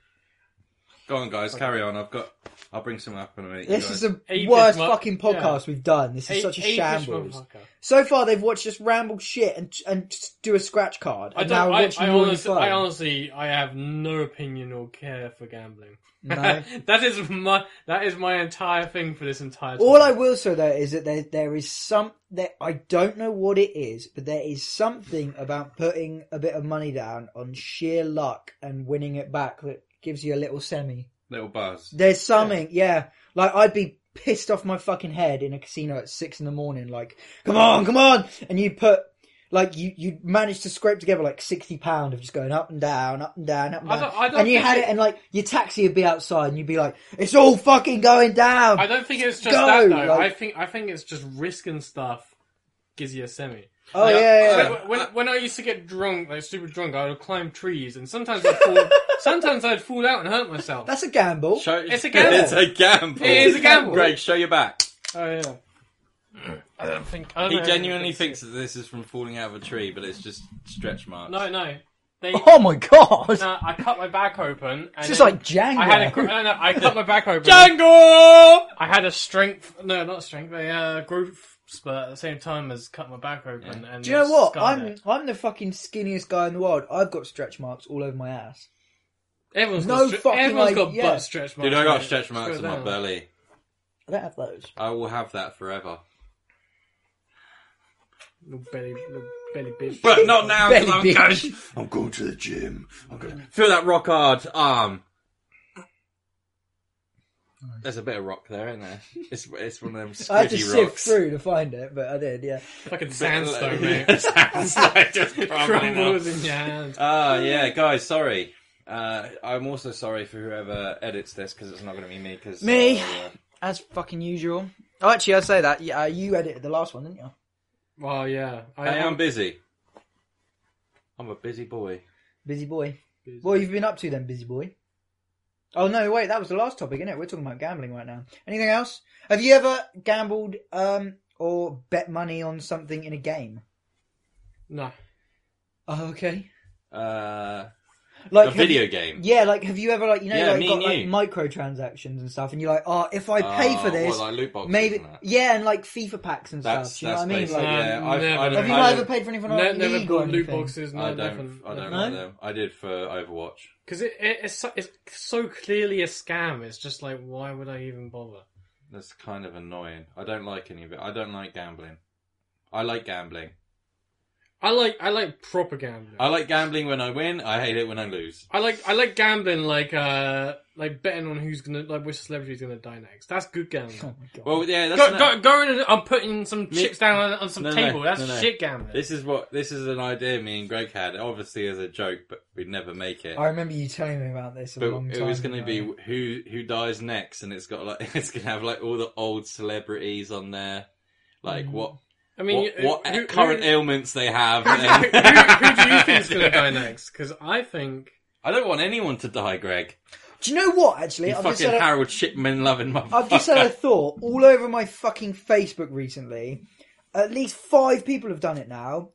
Speaker 3: Go on, guys. Carry on. I've got. I'll bring some up in a minute. you
Speaker 4: This
Speaker 3: guys.
Speaker 4: is the
Speaker 2: Ape
Speaker 4: worst
Speaker 2: this mo-
Speaker 4: fucking podcast we've done. This is
Speaker 2: Hey-
Speaker 4: such a
Speaker 2: hey, this
Speaker 4: shambles.
Speaker 2: motherfucker.
Speaker 4: So far, they've watched us ramble shit and and just do a scratch card.
Speaker 2: I
Speaker 4: And
Speaker 2: don't.
Speaker 4: now we're
Speaker 2: I,
Speaker 4: watching
Speaker 2: I,
Speaker 4: you on
Speaker 2: honestly,
Speaker 4: your phone.
Speaker 2: I honestly, I have no opinion or care for gambling.
Speaker 4: No.
Speaker 2: that is my that is my entire thing for this entire.
Speaker 4: All I
Speaker 2: time.
Speaker 4: will say though is that there there is some that I don't know what it is, but there is something about putting a bit of money down on sheer luck and winning it back that gives you a little semi.
Speaker 3: little buzz.
Speaker 4: There's something, yeah. Like I'd be pissed off my fucking head in a casino at six in the morning, like, come on, come on, and you put. Like you, you managed to scrape together like sixty pound of just going up and down, up and down, up and
Speaker 2: I
Speaker 4: down,
Speaker 2: don't- I don't
Speaker 4: and you
Speaker 2: think
Speaker 4: had
Speaker 2: it-
Speaker 4: it, and like your taxi would be outside, and you'd be like, "It's all fucking going down."
Speaker 2: I don't think it's just
Speaker 4: Go,
Speaker 2: that though.
Speaker 4: like-
Speaker 2: I think I think it's just risk and stuff gives you a semi.
Speaker 4: oh
Speaker 2: Like,
Speaker 4: yeah, yeah,
Speaker 2: like,
Speaker 4: yeah.
Speaker 2: When, when I used to get drunk, like super drunk, I would climb trees, and sometimes I'd fall. sometimes I'd fall out and hurt myself.
Speaker 4: That's a gamble.
Speaker 3: Show,
Speaker 2: It's a gamble.
Speaker 3: It's a gamble.
Speaker 2: It is a gamble.
Speaker 3: Greg, show your back.
Speaker 2: oh yeah. I don't think I don't
Speaker 3: Um, He
Speaker 2: know.
Speaker 3: genuinely thinks that this is from falling out of a tree, but it's just stretch marks.
Speaker 2: No, no. They,
Speaker 4: Oh my god!
Speaker 2: no, I cut my back open. And
Speaker 4: it's just
Speaker 2: then
Speaker 4: like Django.
Speaker 2: I had a. gr- No, no, I cut my back open.
Speaker 3: Django!
Speaker 2: I had a strength, no, not strength, a uh, growth spurt at the same time as cut my back open. And
Speaker 4: Do you know what?
Speaker 2: scarred
Speaker 4: I'm
Speaker 2: it.
Speaker 4: I'm the fucking skinniest guy in the world. I've got stretch marks all over my ass.
Speaker 2: Everyone's
Speaker 4: No
Speaker 2: got, stre-
Speaker 4: fucking
Speaker 2: everyone's
Speaker 4: idea.
Speaker 2: got butt stretch marks.
Speaker 3: Dude, I got
Speaker 2: mate.
Speaker 3: stretch marks
Speaker 2: Screw
Speaker 3: on my
Speaker 2: them.
Speaker 3: belly.
Speaker 4: I don't have those.
Speaker 3: I will have that forever.
Speaker 2: Little belly, little belly bitch.
Speaker 3: But not now, 'cause
Speaker 4: Belly
Speaker 3: I'm
Speaker 4: bitch.
Speaker 3: going, I'm going to the gym. I'm going to feel that rock hard arm. There's a bit of rock there, isn't there? It's, it's one of them
Speaker 4: I had to
Speaker 3: squidgy
Speaker 4: sift
Speaker 3: rocks.
Speaker 4: through to find it, but I did. Yeah.
Speaker 3: Bit
Speaker 2: Fucking
Speaker 3: like-
Speaker 2: sandstone, mate.
Speaker 3: sandstone just crumbling up.
Speaker 2: Crumbles in your hand.
Speaker 3: Ah, yeah, guys, sorry. Uh, I'm also sorry for whoever edits this because it's not going to be me. Cause,
Speaker 4: Me?
Speaker 3: uh, yeah.
Speaker 4: As fucking usual. Oh, actually, I say that. Yeah, uh, you edited the last one, didn't you?
Speaker 2: Well, yeah. I,
Speaker 3: I am busy. I'm a busy boy.
Speaker 4: Busy boy.
Speaker 2: Busy.
Speaker 4: What you've been up to then, busy boy? Oh no, wait, that was the last topic, isn't it? We're talking about gambling right now. Anything else? Have you ever gambled um, or bet money on something in a game?
Speaker 2: No.
Speaker 4: Oh, okay.
Speaker 3: Uh,
Speaker 4: Like
Speaker 3: a
Speaker 4: have you-
Speaker 3: video game.
Speaker 4: Yeah, like have you ever like you know
Speaker 3: Yeah,
Speaker 4: like
Speaker 3: me
Speaker 4: got like
Speaker 3: and
Speaker 4: microtransactions and stuff, and you're like, oh, if I pay
Speaker 3: Uh,
Speaker 4: for this,
Speaker 3: what, like loot boxes
Speaker 4: maybe
Speaker 3: and that?
Speaker 4: yeah, and like FIFA packs and
Speaker 3: That's
Speaker 4: stuff. Do you know what
Speaker 3: that's
Speaker 4: I mean?
Speaker 3: basically
Speaker 4: Like,
Speaker 3: yeah.
Speaker 2: um,
Speaker 3: I've,
Speaker 2: never.
Speaker 3: I don't,
Speaker 4: have you
Speaker 3: I
Speaker 4: not
Speaker 3: don't,
Speaker 4: ever paid for anything on
Speaker 2: Ne-
Speaker 4: like
Speaker 2: never
Speaker 4: League or
Speaker 2: bought loot
Speaker 4: anything?
Speaker 2: boxes. No,
Speaker 3: I don't.
Speaker 2: nothing.
Speaker 3: I don't
Speaker 4: No?
Speaker 3: like them. I did for Overwatch.
Speaker 2: Because it, it, it's, so, it's so clearly a scam. It's just like, why would I even bother?
Speaker 3: That's kind of annoying. I don't like any of it. I don't like gambling. I like gambling.
Speaker 2: I like I like proper gambling.
Speaker 3: I like gambling when I win. I hate it when I lose.
Speaker 2: I like I like gambling like uh like betting on who's gonna like which celebrity's gonna die next. That's good
Speaker 4: Oh
Speaker 2: gambling.
Speaker 4: my god!
Speaker 3: Well, yeah, that's
Speaker 2: Go,
Speaker 3: not-
Speaker 2: go, go in and I'm putting some
Speaker 3: Me-
Speaker 2: chips down on, on some
Speaker 3: No, no,
Speaker 2: table. That's
Speaker 3: no, no.
Speaker 2: shit gambling.
Speaker 3: This is what this is an idea me and Greg had, obviously as a joke, but we'd never make it.
Speaker 4: I remember you telling me about this a
Speaker 3: but
Speaker 4: long time.
Speaker 3: it was going to
Speaker 4: ago.
Speaker 3: be who who dies next, and it's got like it's going to have like all the old celebrities on
Speaker 4: Mm.
Speaker 3: there, like what
Speaker 2: I mean,
Speaker 3: what,
Speaker 2: you-
Speaker 3: what
Speaker 2: who- who-
Speaker 3: current
Speaker 2: who,
Speaker 3: ailments they have.
Speaker 2: who, who do you think's gonna die next? Because I think
Speaker 3: I don't want anyone to die, Greg.
Speaker 4: Do you know what? Actually,
Speaker 3: You
Speaker 4: I've just
Speaker 3: fucking
Speaker 4: had a,
Speaker 3: Harold Shipman loving motherfucker.
Speaker 4: I've just had a thought all over my fucking Facebook recently. At least five people have done it now.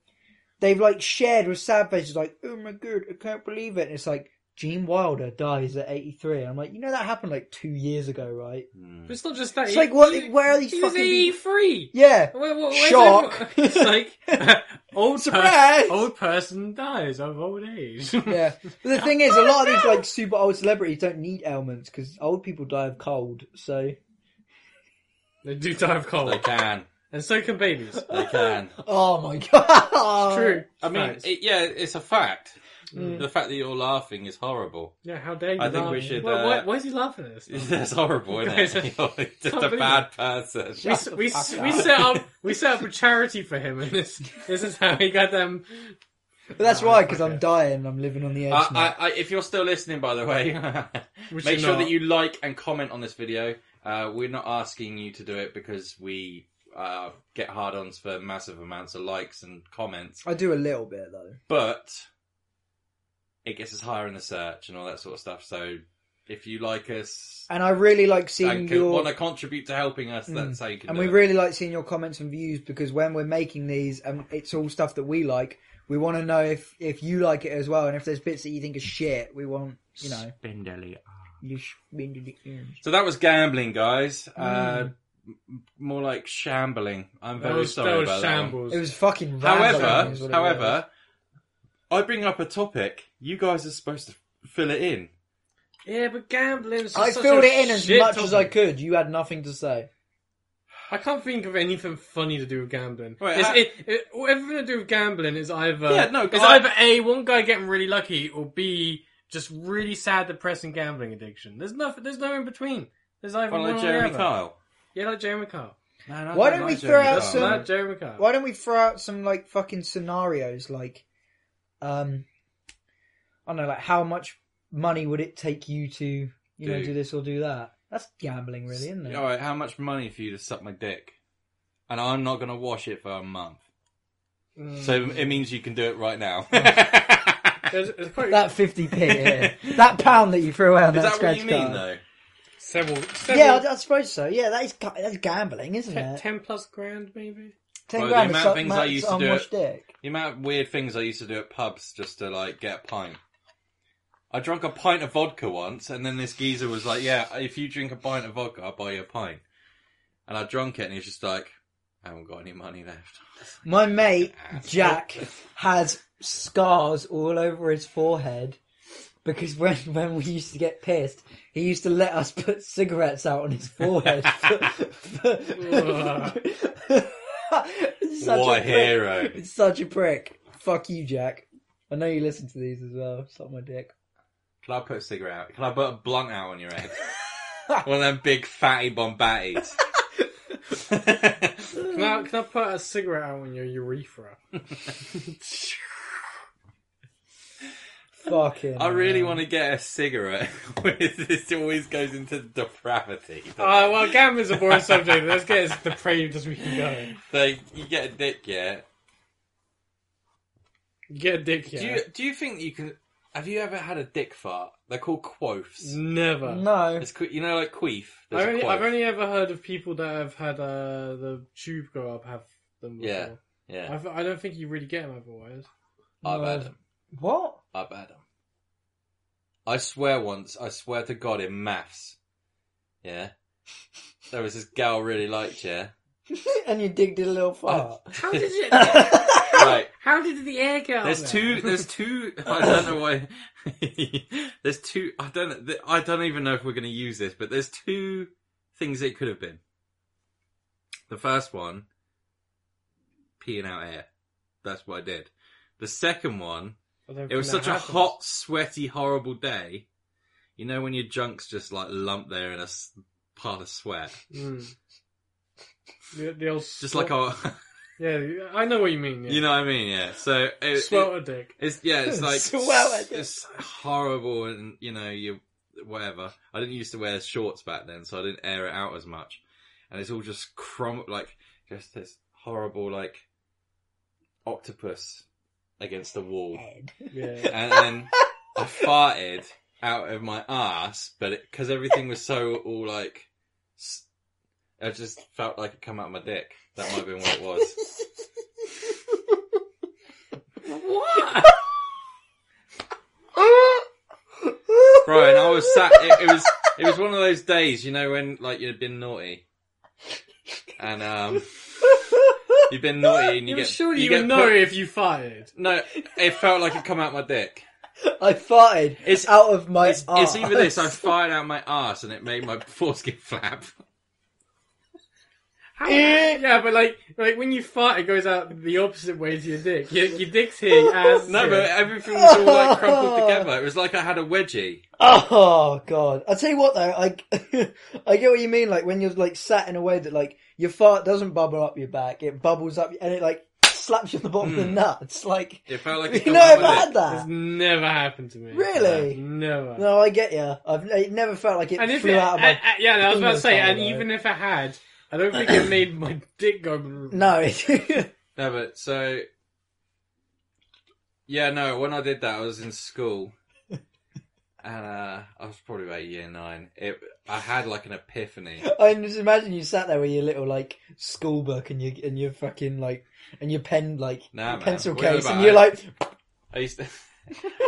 Speaker 4: They've like shared with sad faces, like, "Oh my god, I can't believe it!" And it's like Gene Wilder dies at eighty-three. I'm like, you know that happened like two years ago, right?
Speaker 3: Mm.
Speaker 2: but it's not just that.
Speaker 4: It's
Speaker 2: He-
Speaker 4: like, what-
Speaker 2: he-
Speaker 4: where are these
Speaker 2: He was
Speaker 4: fucking people-
Speaker 2: free.
Speaker 4: Yeah,
Speaker 2: Where, where, where's
Speaker 4: Shock.
Speaker 2: everyone? It's like old
Speaker 4: Surprise!
Speaker 2: Per- old person dies of old age.
Speaker 4: yeah. But the thing is, a lot of these like super old celebrities don't need ailments because old people die of cold. So,
Speaker 2: they do die of
Speaker 3: They
Speaker 2: cold,
Speaker 3: can,
Speaker 2: and so can babies. It's
Speaker 3: they can.
Speaker 4: oh my god,
Speaker 2: true.
Speaker 3: I mean,
Speaker 2: Facts.
Speaker 3: it, yeah, it's a fact.
Speaker 4: Mm.
Speaker 3: The fact that you're laughing is horrible.
Speaker 2: Mm. Yeah, how dare you?
Speaker 3: I think
Speaker 2: laugh.
Speaker 3: we should,
Speaker 2: Why,
Speaker 3: uh,
Speaker 2: why, why is he laughing at us?
Speaker 3: That's horrible, isn't it? You're just a
Speaker 2: believe
Speaker 3: bad person.
Speaker 2: We, s- we, s- we set up we set up a charity for him, and this this is how he got them.
Speaker 4: But that's why, because
Speaker 2: Okay.
Speaker 4: I'm dying. and I'm living on the edge.
Speaker 3: I,
Speaker 4: now.
Speaker 3: I, I, if you're still listening, by the way,
Speaker 2: Which
Speaker 3: make
Speaker 2: you're
Speaker 3: sure
Speaker 2: not.
Speaker 3: that you like and comment on this video. Uh, we're not asking you to do it because we uh, get hard-ons for massive amounts of likes and comments,
Speaker 4: I do a little bit though.
Speaker 3: but it gets us higher in the search and all that sort of stuff. So If you like us
Speaker 4: And I really like seeing
Speaker 3: and
Speaker 4: your
Speaker 3: want to contribute to helping us,
Speaker 4: Mm.
Speaker 3: that's how you can
Speaker 4: and
Speaker 3: do
Speaker 4: we
Speaker 3: it.
Speaker 4: really like seeing your comments and views because when we're making these and it's all stuff that we like we want to know if if you like it as well and if there's bits that you think are shit we want you know
Speaker 1: Spindly.
Speaker 4: you spindle the ends.
Speaker 3: So that was gambling, guys. Uh,
Speaker 4: Mm.
Speaker 3: m- more like shambling. I'm
Speaker 2: That
Speaker 3: very
Speaker 2: was,
Speaker 3: sorry
Speaker 2: that was
Speaker 3: about
Speaker 2: shambles.
Speaker 4: it was fucking
Speaker 3: that.
Speaker 4: rambling,
Speaker 3: one. However,
Speaker 4: is what it
Speaker 3: however, I bring up a topic. You guys are supposed to fill it in.
Speaker 2: yeah, but gambling.
Speaker 4: was. I filled it in as much as I could. You had nothing to say.
Speaker 2: I can't think of anything funny to do with gambling.
Speaker 3: Wait,
Speaker 2: It's-
Speaker 3: how-
Speaker 2: it, it, well, everything to do with gambling is either
Speaker 3: Yeah, no,
Speaker 2: is
Speaker 3: I-
Speaker 2: either a one guy getting really lucky or b just really sad, depressing gambling addiction. There's nothing. There's no in between. There's either
Speaker 3: Well,
Speaker 2: one
Speaker 3: like
Speaker 2: or
Speaker 3: Jeremy
Speaker 2: the other.
Speaker 3: Kyle.
Speaker 2: Yeah, like Jeremy Kyle.
Speaker 3: No, no, I
Speaker 4: Why
Speaker 3: don't
Speaker 4: don't we
Speaker 3: like
Speaker 4: throw
Speaker 3: Jeremy
Speaker 4: out
Speaker 3: Kyle.
Speaker 4: some-
Speaker 2: Like Jeremy Kyle.
Speaker 4: Why don't we throw out some like fucking scenarios like um I don't know, like how much money would it take you to, you know,
Speaker 3: Do-
Speaker 4: do this or do that? That's gambling really, isn't it?
Speaker 3: All right, how much money for you to suck my dick? And I'm not going to wash it for a month.
Speaker 2: Mm.
Speaker 3: So it means you can do it right now.
Speaker 2: There's, there's probably
Speaker 4: That fifty p, yeah. that pound that you threw away on
Speaker 3: Is
Speaker 4: that,
Speaker 3: that
Speaker 4: scratch
Speaker 3: what you mean,
Speaker 4: card.
Speaker 3: though?
Speaker 2: several, several
Speaker 4: Yeah, I, I suppose so. Yeah, that is ga- that's gambling, isn't
Speaker 2: ten,
Speaker 4: it?
Speaker 2: ten plus grand maybe.
Speaker 4: Ten
Speaker 3: Well, the
Speaker 4: grand
Speaker 3: amount
Speaker 4: is
Speaker 3: of
Speaker 4: so,
Speaker 3: things I
Speaker 4: Matt's
Speaker 3: used to do
Speaker 4: unwashed
Speaker 3: it-
Speaker 4: dick.
Speaker 3: The amount of weird things I used to do at pubs just to like get a pint. I drank a pint of vodka once, and then this geezer was like, "Yeah, if you drink a pint of vodka, I'll buy you a pint." And I drunk it, and he was just like, "I haven't got any money left."
Speaker 4: My mate
Speaker 3: Asshole.
Speaker 4: Jack has scars all over his forehead because when when we used to get pissed, he used to let us put cigarettes out on his forehead. Such
Speaker 3: what a
Speaker 4: prick.
Speaker 3: hero!
Speaker 4: Such a prick. Fuck you, Jack. I know you listen to these as well. Suck my dick.
Speaker 3: Can I put a cigarette out? Can I put a blunt out on your head? One of them big fatty bombatties.
Speaker 4: Mm.
Speaker 2: Can I, can I put a cigarette out on your urethra?
Speaker 4: Fucking.
Speaker 3: I really
Speaker 4: hell.
Speaker 3: want to get a cigarette. this always goes into depravity.
Speaker 2: Oh,
Speaker 4: Uh,
Speaker 2: well, gambling's a boring subject. Let's get as depraved as we can go.
Speaker 3: Like you get a dick, yeah.
Speaker 2: You Get a dick
Speaker 3: Do
Speaker 2: here.
Speaker 3: you do you think you can? Have you ever had a dick fart? They're called quoths.
Speaker 2: Never.
Speaker 4: No.
Speaker 3: It's que- you know like queef.
Speaker 2: I've
Speaker 3: There's a
Speaker 2: only,
Speaker 3: quoth.
Speaker 2: I've only ever heard of people that have had uh, the tube go up have them before.
Speaker 3: Yeah. Yeah,
Speaker 2: I've, I don't think you really get them otherwise.
Speaker 3: I've,
Speaker 4: No.
Speaker 3: had them.
Speaker 4: What?
Speaker 3: I've had them. I swear once. I swear to God, in maths, yeah, there was this gal really liked yeah.
Speaker 4: and you digged it a little far.
Speaker 2: How did you?
Speaker 3: Right.
Speaker 2: How did the air go?
Speaker 3: There's two. There's two. I don't know why. there's two. I don't. th- I don't even know if we're going to use this, but there's two things it could have been. The first one, peeing out air. That's what I did. The second one, it was such a hot, sweaty, horrible day. You know when your junk's just like lumped there in a s- pile of sweat,
Speaker 2: Mm. The, the old
Speaker 3: just like a.
Speaker 2: yeah, I know what you mean. Yeah.
Speaker 3: you know what I mean? Yeah. So it, it-
Speaker 2: swell a dick.
Speaker 3: It's yeah, it's like
Speaker 4: Swell at it.
Speaker 3: it's horrible, and you know you whatever. I didn't used to wear shorts back then, so I didn't air it out as much, and it's all just crumb like just this horrible like octopus against the wall,
Speaker 4: Ed.
Speaker 2: Yeah.
Speaker 3: and then I farted out of my ass, but because everything was so all like, s- I just felt like it come out of my dick. That might have been what it was.
Speaker 2: what?
Speaker 3: Brian, I was sat. It, it was it was one of those days, you know, when like you've been naughty, and um, you've been naughty, and you get
Speaker 2: surely you,
Speaker 3: get
Speaker 2: would know
Speaker 3: put-
Speaker 2: if you fired.
Speaker 3: no, it felt like it come out my dick.
Speaker 4: I farted.
Speaker 3: It's-
Speaker 4: It's out of my.
Speaker 3: It's, it's either this. I
Speaker 4: arse.
Speaker 3: fired out my ass, and it made my foreskin flap.
Speaker 2: yeah, but like, like when you fart, it goes out the opposite way to your dick. Your, your dick's here. Your ass is
Speaker 3: No,
Speaker 2: here.
Speaker 3: but everything was all like crumpled together. It was like I had a wedgie.
Speaker 4: Oh god! I tell you what though, I I get what you mean. Like when you're like sat in a way that like your fart doesn't bubble up your back, it bubbles up and it like slaps you on the bottom of the
Speaker 3: Mm.
Speaker 4: nuts. Like
Speaker 3: It felt like it
Speaker 4: you
Speaker 3: come
Speaker 4: know,
Speaker 3: out
Speaker 4: I've
Speaker 3: my dick.
Speaker 4: had
Speaker 2: It's
Speaker 4: that.
Speaker 2: never happened to me.
Speaker 4: Really?
Speaker 2: Never.
Speaker 4: No, I get you. I've it never felt like it
Speaker 2: and if
Speaker 4: flew
Speaker 2: it,
Speaker 4: out of my.
Speaker 2: I- I- yeah, no, I was about to say,
Speaker 4: penis
Speaker 2: and
Speaker 4: hole, though.
Speaker 2: even if I had, I don't think it made my dick go.
Speaker 4: no, it-
Speaker 3: No, but so yeah, no. When I did that, I was in school, and uh, I was probably about year nine. It, I had like an epiphany.
Speaker 4: I just imagine you sat there with your little like school book and your and your fucking like and your pen like
Speaker 3: Nah,
Speaker 4: your
Speaker 3: man.
Speaker 4: pencil
Speaker 3: What are you
Speaker 4: case and
Speaker 3: about?
Speaker 4: you're like
Speaker 3: I used to,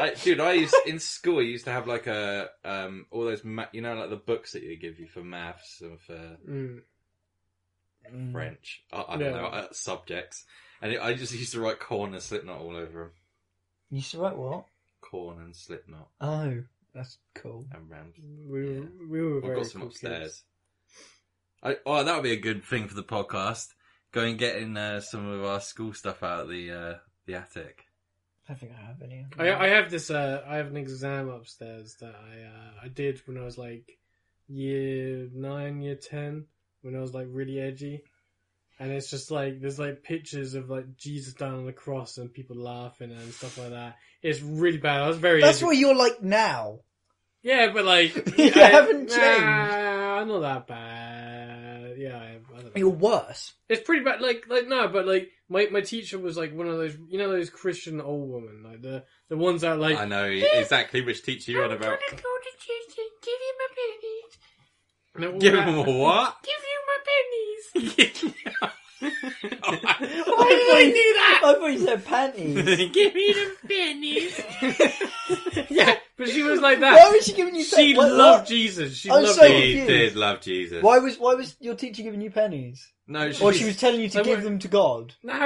Speaker 3: I, dude, I used in school. I used to have like a um, all those ma- you know like the books that they give you for maths and for
Speaker 2: Mm.
Speaker 4: Mm.
Speaker 3: French. I, I
Speaker 2: Yeah.
Speaker 3: don't know uh, subjects, and it, I just used to write corn and Slipknot all over them.
Speaker 4: You used to write what?
Speaker 3: Corn and Slipknot
Speaker 4: Oh, that's cool.
Speaker 3: and Rams.
Speaker 2: We were,
Speaker 3: Yeah.
Speaker 2: we were
Speaker 3: We've
Speaker 2: very
Speaker 3: got some
Speaker 2: cool
Speaker 3: upstairs.
Speaker 2: kids.
Speaker 3: I, oh, that would be a good thing for the podcast. Go and getting uh, some of our school stuff out of the uh, the attic.
Speaker 4: I don't think I have any.
Speaker 2: I, I have this. Uh, I have an exam upstairs that I uh, I did when I was like year nine, year ten, when I was like really edgy, and it's just like there's like pictures of like Jesus down on the cross and people laughing and stuff like that. It's really bad. I was very.
Speaker 4: That's
Speaker 2: edgy.
Speaker 4: what you're like now.
Speaker 2: Yeah, but like
Speaker 4: You
Speaker 2: I-
Speaker 4: haven't
Speaker 2: nah,
Speaker 4: changed.
Speaker 2: I'm not that bad. Yeah, I, I don't know.
Speaker 4: You're worse.
Speaker 2: It's pretty bad. Like, like no, but like my, my teacher was like one of those, you know, those Christian old women, like the the ones that like
Speaker 3: I know exactly which teacher you're on about.
Speaker 2: and all
Speaker 3: Give
Speaker 2: that-
Speaker 3: him a what?
Speaker 2: Give you my pennies.
Speaker 4: Why
Speaker 2: did I do that?
Speaker 4: I thought you said panties.
Speaker 2: Give me the pennies. yeah, but she was like
Speaker 4: Why
Speaker 2: that.
Speaker 4: was she giving you?
Speaker 2: She
Speaker 4: what-
Speaker 2: loved Jesus. She
Speaker 4: I'm
Speaker 2: loved
Speaker 4: so
Speaker 2: Jesus.
Speaker 3: He
Speaker 4: confused.
Speaker 3: did love Jesus.
Speaker 4: Why was why was your teacher giving you pennies?
Speaker 3: No, she,
Speaker 4: Or she was telling you to
Speaker 2: I
Speaker 4: give
Speaker 2: would-
Speaker 4: them to God.
Speaker 2: No, I,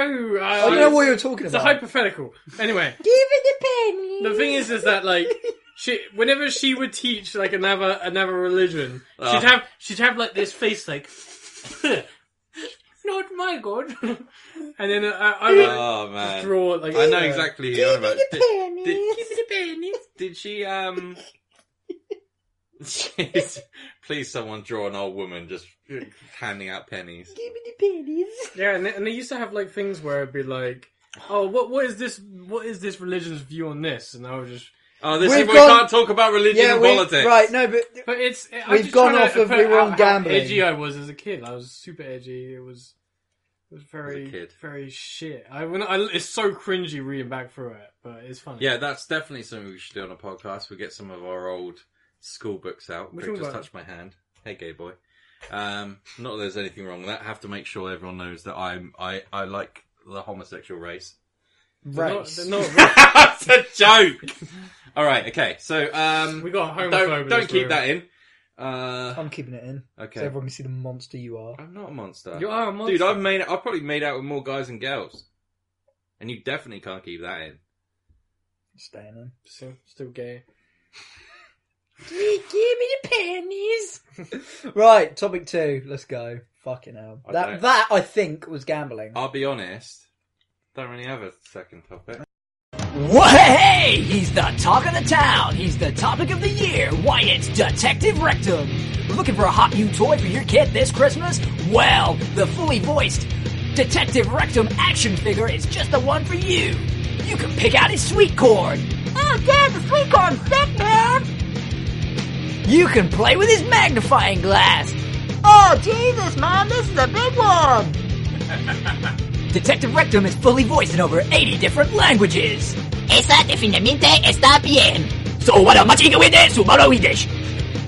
Speaker 4: I don't know what you're talking
Speaker 2: It's a
Speaker 4: about.
Speaker 2: hypothetical. Anyway,
Speaker 4: Give it the
Speaker 2: the thing is, is that like she, whenever she would teach like another another religion,
Speaker 3: Oh.
Speaker 2: she'd have she'd have like this face like, not my god, and then uh, I, I would
Speaker 3: Oh man,
Speaker 2: draw like
Speaker 3: I know
Speaker 2: uh,
Speaker 3: exactly who you're on about. Did,
Speaker 4: pennies.
Speaker 3: did-
Speaker 2: Give me the penny.
Speaker 3: did she? Um, Jeez. um, please, someone draw an old woman just handing out pennies.
Speaker 4: Give me the pennies.
Speaker 2: Yeah, and they, and they used to have like things where it'd be like, oh, what what is this? What is this religion's view on this? And I was just,
Speaker 3: Oh, this
Speaker 4: We've
Speaker 3: is we
Speaker 4: gone-
Speaker 3: can't talk about religion
Speaker 4: Yeah,
Speaker 3: and
Speaker 4: we,
Speaker 3: politics.
Speaker 4: right. No, but
Speaker 2: but it's I'm
Speaker 4: We've
Speaker 2: just
Speaker 4: gone
Speaker 2: trying
Speaker 4: off
Speaker 2: to
Speaker 4: of
Speaker 2: put
Speaker 4: we were
Speaker 2: out
Speaker 4: on
Speaker 2: how
Speaker 4: gambling.
Speaker 2: Edgy I was as a kid. I was super edgy. It was. It was very,
Speaker 3: As a kid.
Speaker 2: very shit. I, when I, it's so cringy reading back through it, but it's funny.
Speaker 3: Yeah, that's definitely something we should do on a podcast. We get some of our old school books out.
Speaker 2: Which
Speaker 3: Rick
Speaker 2: one
Speaker 3: just
Speaker 2: about?
Speaker 3: touched my hand. Hey, gay boy. Um, not that there's anything wrong with that. Have to make sure everyone knows that I'm I I like the homosexual race.
Speaker 2: They're not-
Speaker 4: race.
Speaker 2: they're not-
Speaker 3: that's a joke. All right. Okay. So um,
Speaker 2: we got a homophobe.
Speaker 3: don't
Speaker 2: in
Speaker 3: don't
Speaker 2: this
Speaker 3: keep
Speaker 2: room.
Speaker 3: that in. Uh,
Speaker 4: I'm keeping it in so
Speaker 3: okay.
Speaker 4: everyone can see the monster you are.
Speaker 3: I'm not a monster.
Speaker 2: You are a monster.
Speaker 3: Dude, I've made I've probably made out with more guys than girls, and you definitely can't keep that in.
Speaker 4: Staying in.
Speaker 2: still, still gay.
Speaker 4: Give me the pennies. right, topic two. Let's go. Fucking hell.
Speaker 3: I
Speaker 4: that
Speaker 3: don't-
Speaker 4: that I think was gambling.
Speaker 3: I'll be honest. Don't really have a second topic.
Speaker 5: Hey, he's the talk of the town. He's the topic of the year. Why, it's Detective Rectum. Looking for a hot new toy for your kid this Christmas? Well, the fully voiced Detective Rectum action figure is just the one for you. You can pick out his sweet corn. Oh, Dad, the sweet corn's sick, man. You can play with his magnifying glass. Oh, Jesus, Mom, this is a big one. Detective Rectum is fully voiced in over 80 different languages. Esa definitivamente está bien. So what a machiga with this, what we dish.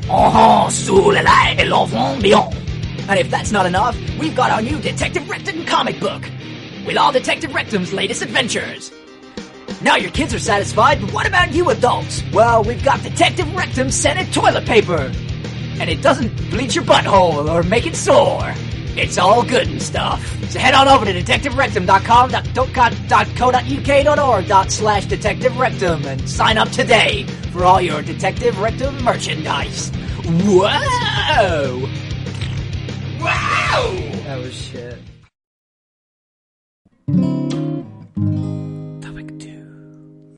Speaker 5: Oh, sous la la, et l'enfant bien. And if that's not enough, we've got our new Detective Rectum comic book with all Detective Rectum's latest adventures. Now your kids are satisfied, but what about you adults? Well, we've got Detective Rectum scented toilet paper. And it doesn't bleach your butthole or make it sore. It's all good and stuff. So head on over to detectiverectum.com.co.uk.org slash detectiverectum and sign up today for all your Detective Rectum merchandise. Whoa! Wow!
Speaker 4: That was shit.
Speaker 1: Topic 2.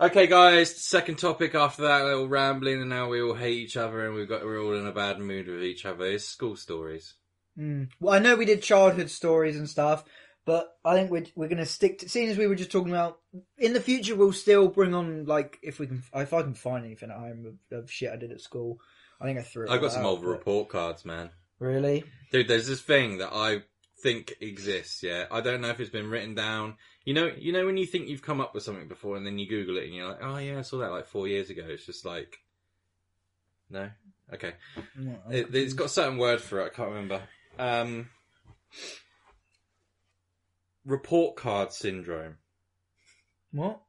Speaker 3: Okay, guys. Second topic after that little rambling, and now we all hate each other, and we've got we're all in a bad mood with each other. It's school stories.
Speaker 4: Mm. Well, I know we did childhood stories and stuff, but I think we're we're gonna stick to. Seeing as we were just talking about in the future, we'll still bring on like if we can if I can find anything at home of, of shit I did at school. I think I threw. It
Speaker 3: I've got
Speaker 4: all
Speaker 3: some
Speaker 4: out,
Speaker 3: old
Speaker 4: but-
Speaker 3: report cards, man.
Speaker 4: Really?
Speaker 3: Dude, there's this thing that I think exists. Yeah, I don't know if it's been written down. You know, you know when you think you've come up with something before, and then you Google it, and you're like, "Oh yeah, I saw that like four years ago." It's just like, no, okay. It, it's got a certain word for it. I can't remember. Um, report card syndrome.
Speaker 4: What?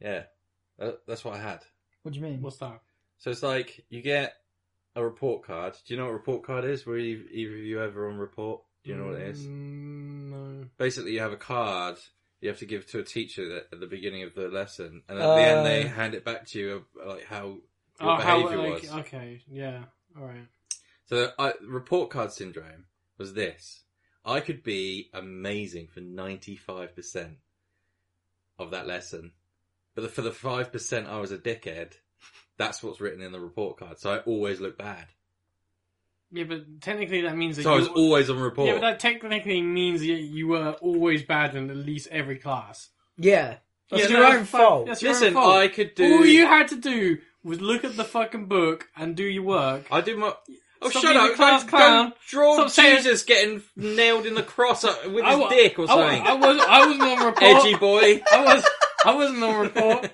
Speaker 3: Yeah, that, that's what I had.
Speaker 4: What do you mean?
Speaker 2: What's that?
Speaker 3: So it's like you get a report card. Do you know what a report card is? Were you, either of you ever on report? Do you know what it is?
Speaker 2: Mm, No.
Speaker 3: Basically, you have a card you have to give to a teacher that, at the beginning of the lesson, and at the end they
Speaker 4: Uh.
Speaker 3: hand it back to you, uh, like how your
Speaker 2: Oh, how,
Speaker 3: behaviour
Speaker 2: like,
Speaker 3: was.
Speaker 2: okay, yeah, alright.
Speaker 3: So I, report card syndrome was this. I could be amazing for 95% of that lesson. But for the 5% I was a dickhead, that's what's written in the report card. So I always look bad.
Speaker 2: Yeah, but technically that means that
Speaker 3: So I
Speaker 2: you
Speaker 3: was
Speaker 2: were-
Speaker 3: always on
Speaker 2: Yeah,
Speaker 3: report.
Speaker 2: but that technically means you, you were always bad in at least every class.
Speaker 4: Yeah. That's
Speaker 2: Yeah,
Speaker 4: your
Speaker 2: no,
Speaker 4: own
Speaker 2: that's fine.
Speaker 4: fault.
Speaker 2: That's your own
Speaker 3: Listen,
Speaker 2: fault.
Speaker 3: I could do.
Speaker 2: All you had to do was look at the fucking book and do your work.
Speaker 3: I do my. Oh,
Speaker 2: Stop
Speaker 3: shut
Speaker 2: being
Speaker 3: up!
Speaker 2: the class
Speaker 3: don't,
Speaker 2: clown.
Speaker 3: don't draw
Speaker 2: Stop saying-
Speaker 3: Jesus getting nailed in the cross uh, with
Speaker 2: I
Speaker 3: his
Speaker 2: wa-
Speaker 3: dick or
Speaker 2: I wa-
Speaker 3: something.
Speaker 2: I, was I wasn't on report.
Speaker 3: Edgy boy.
Speaker 2: I was I wasn't on report.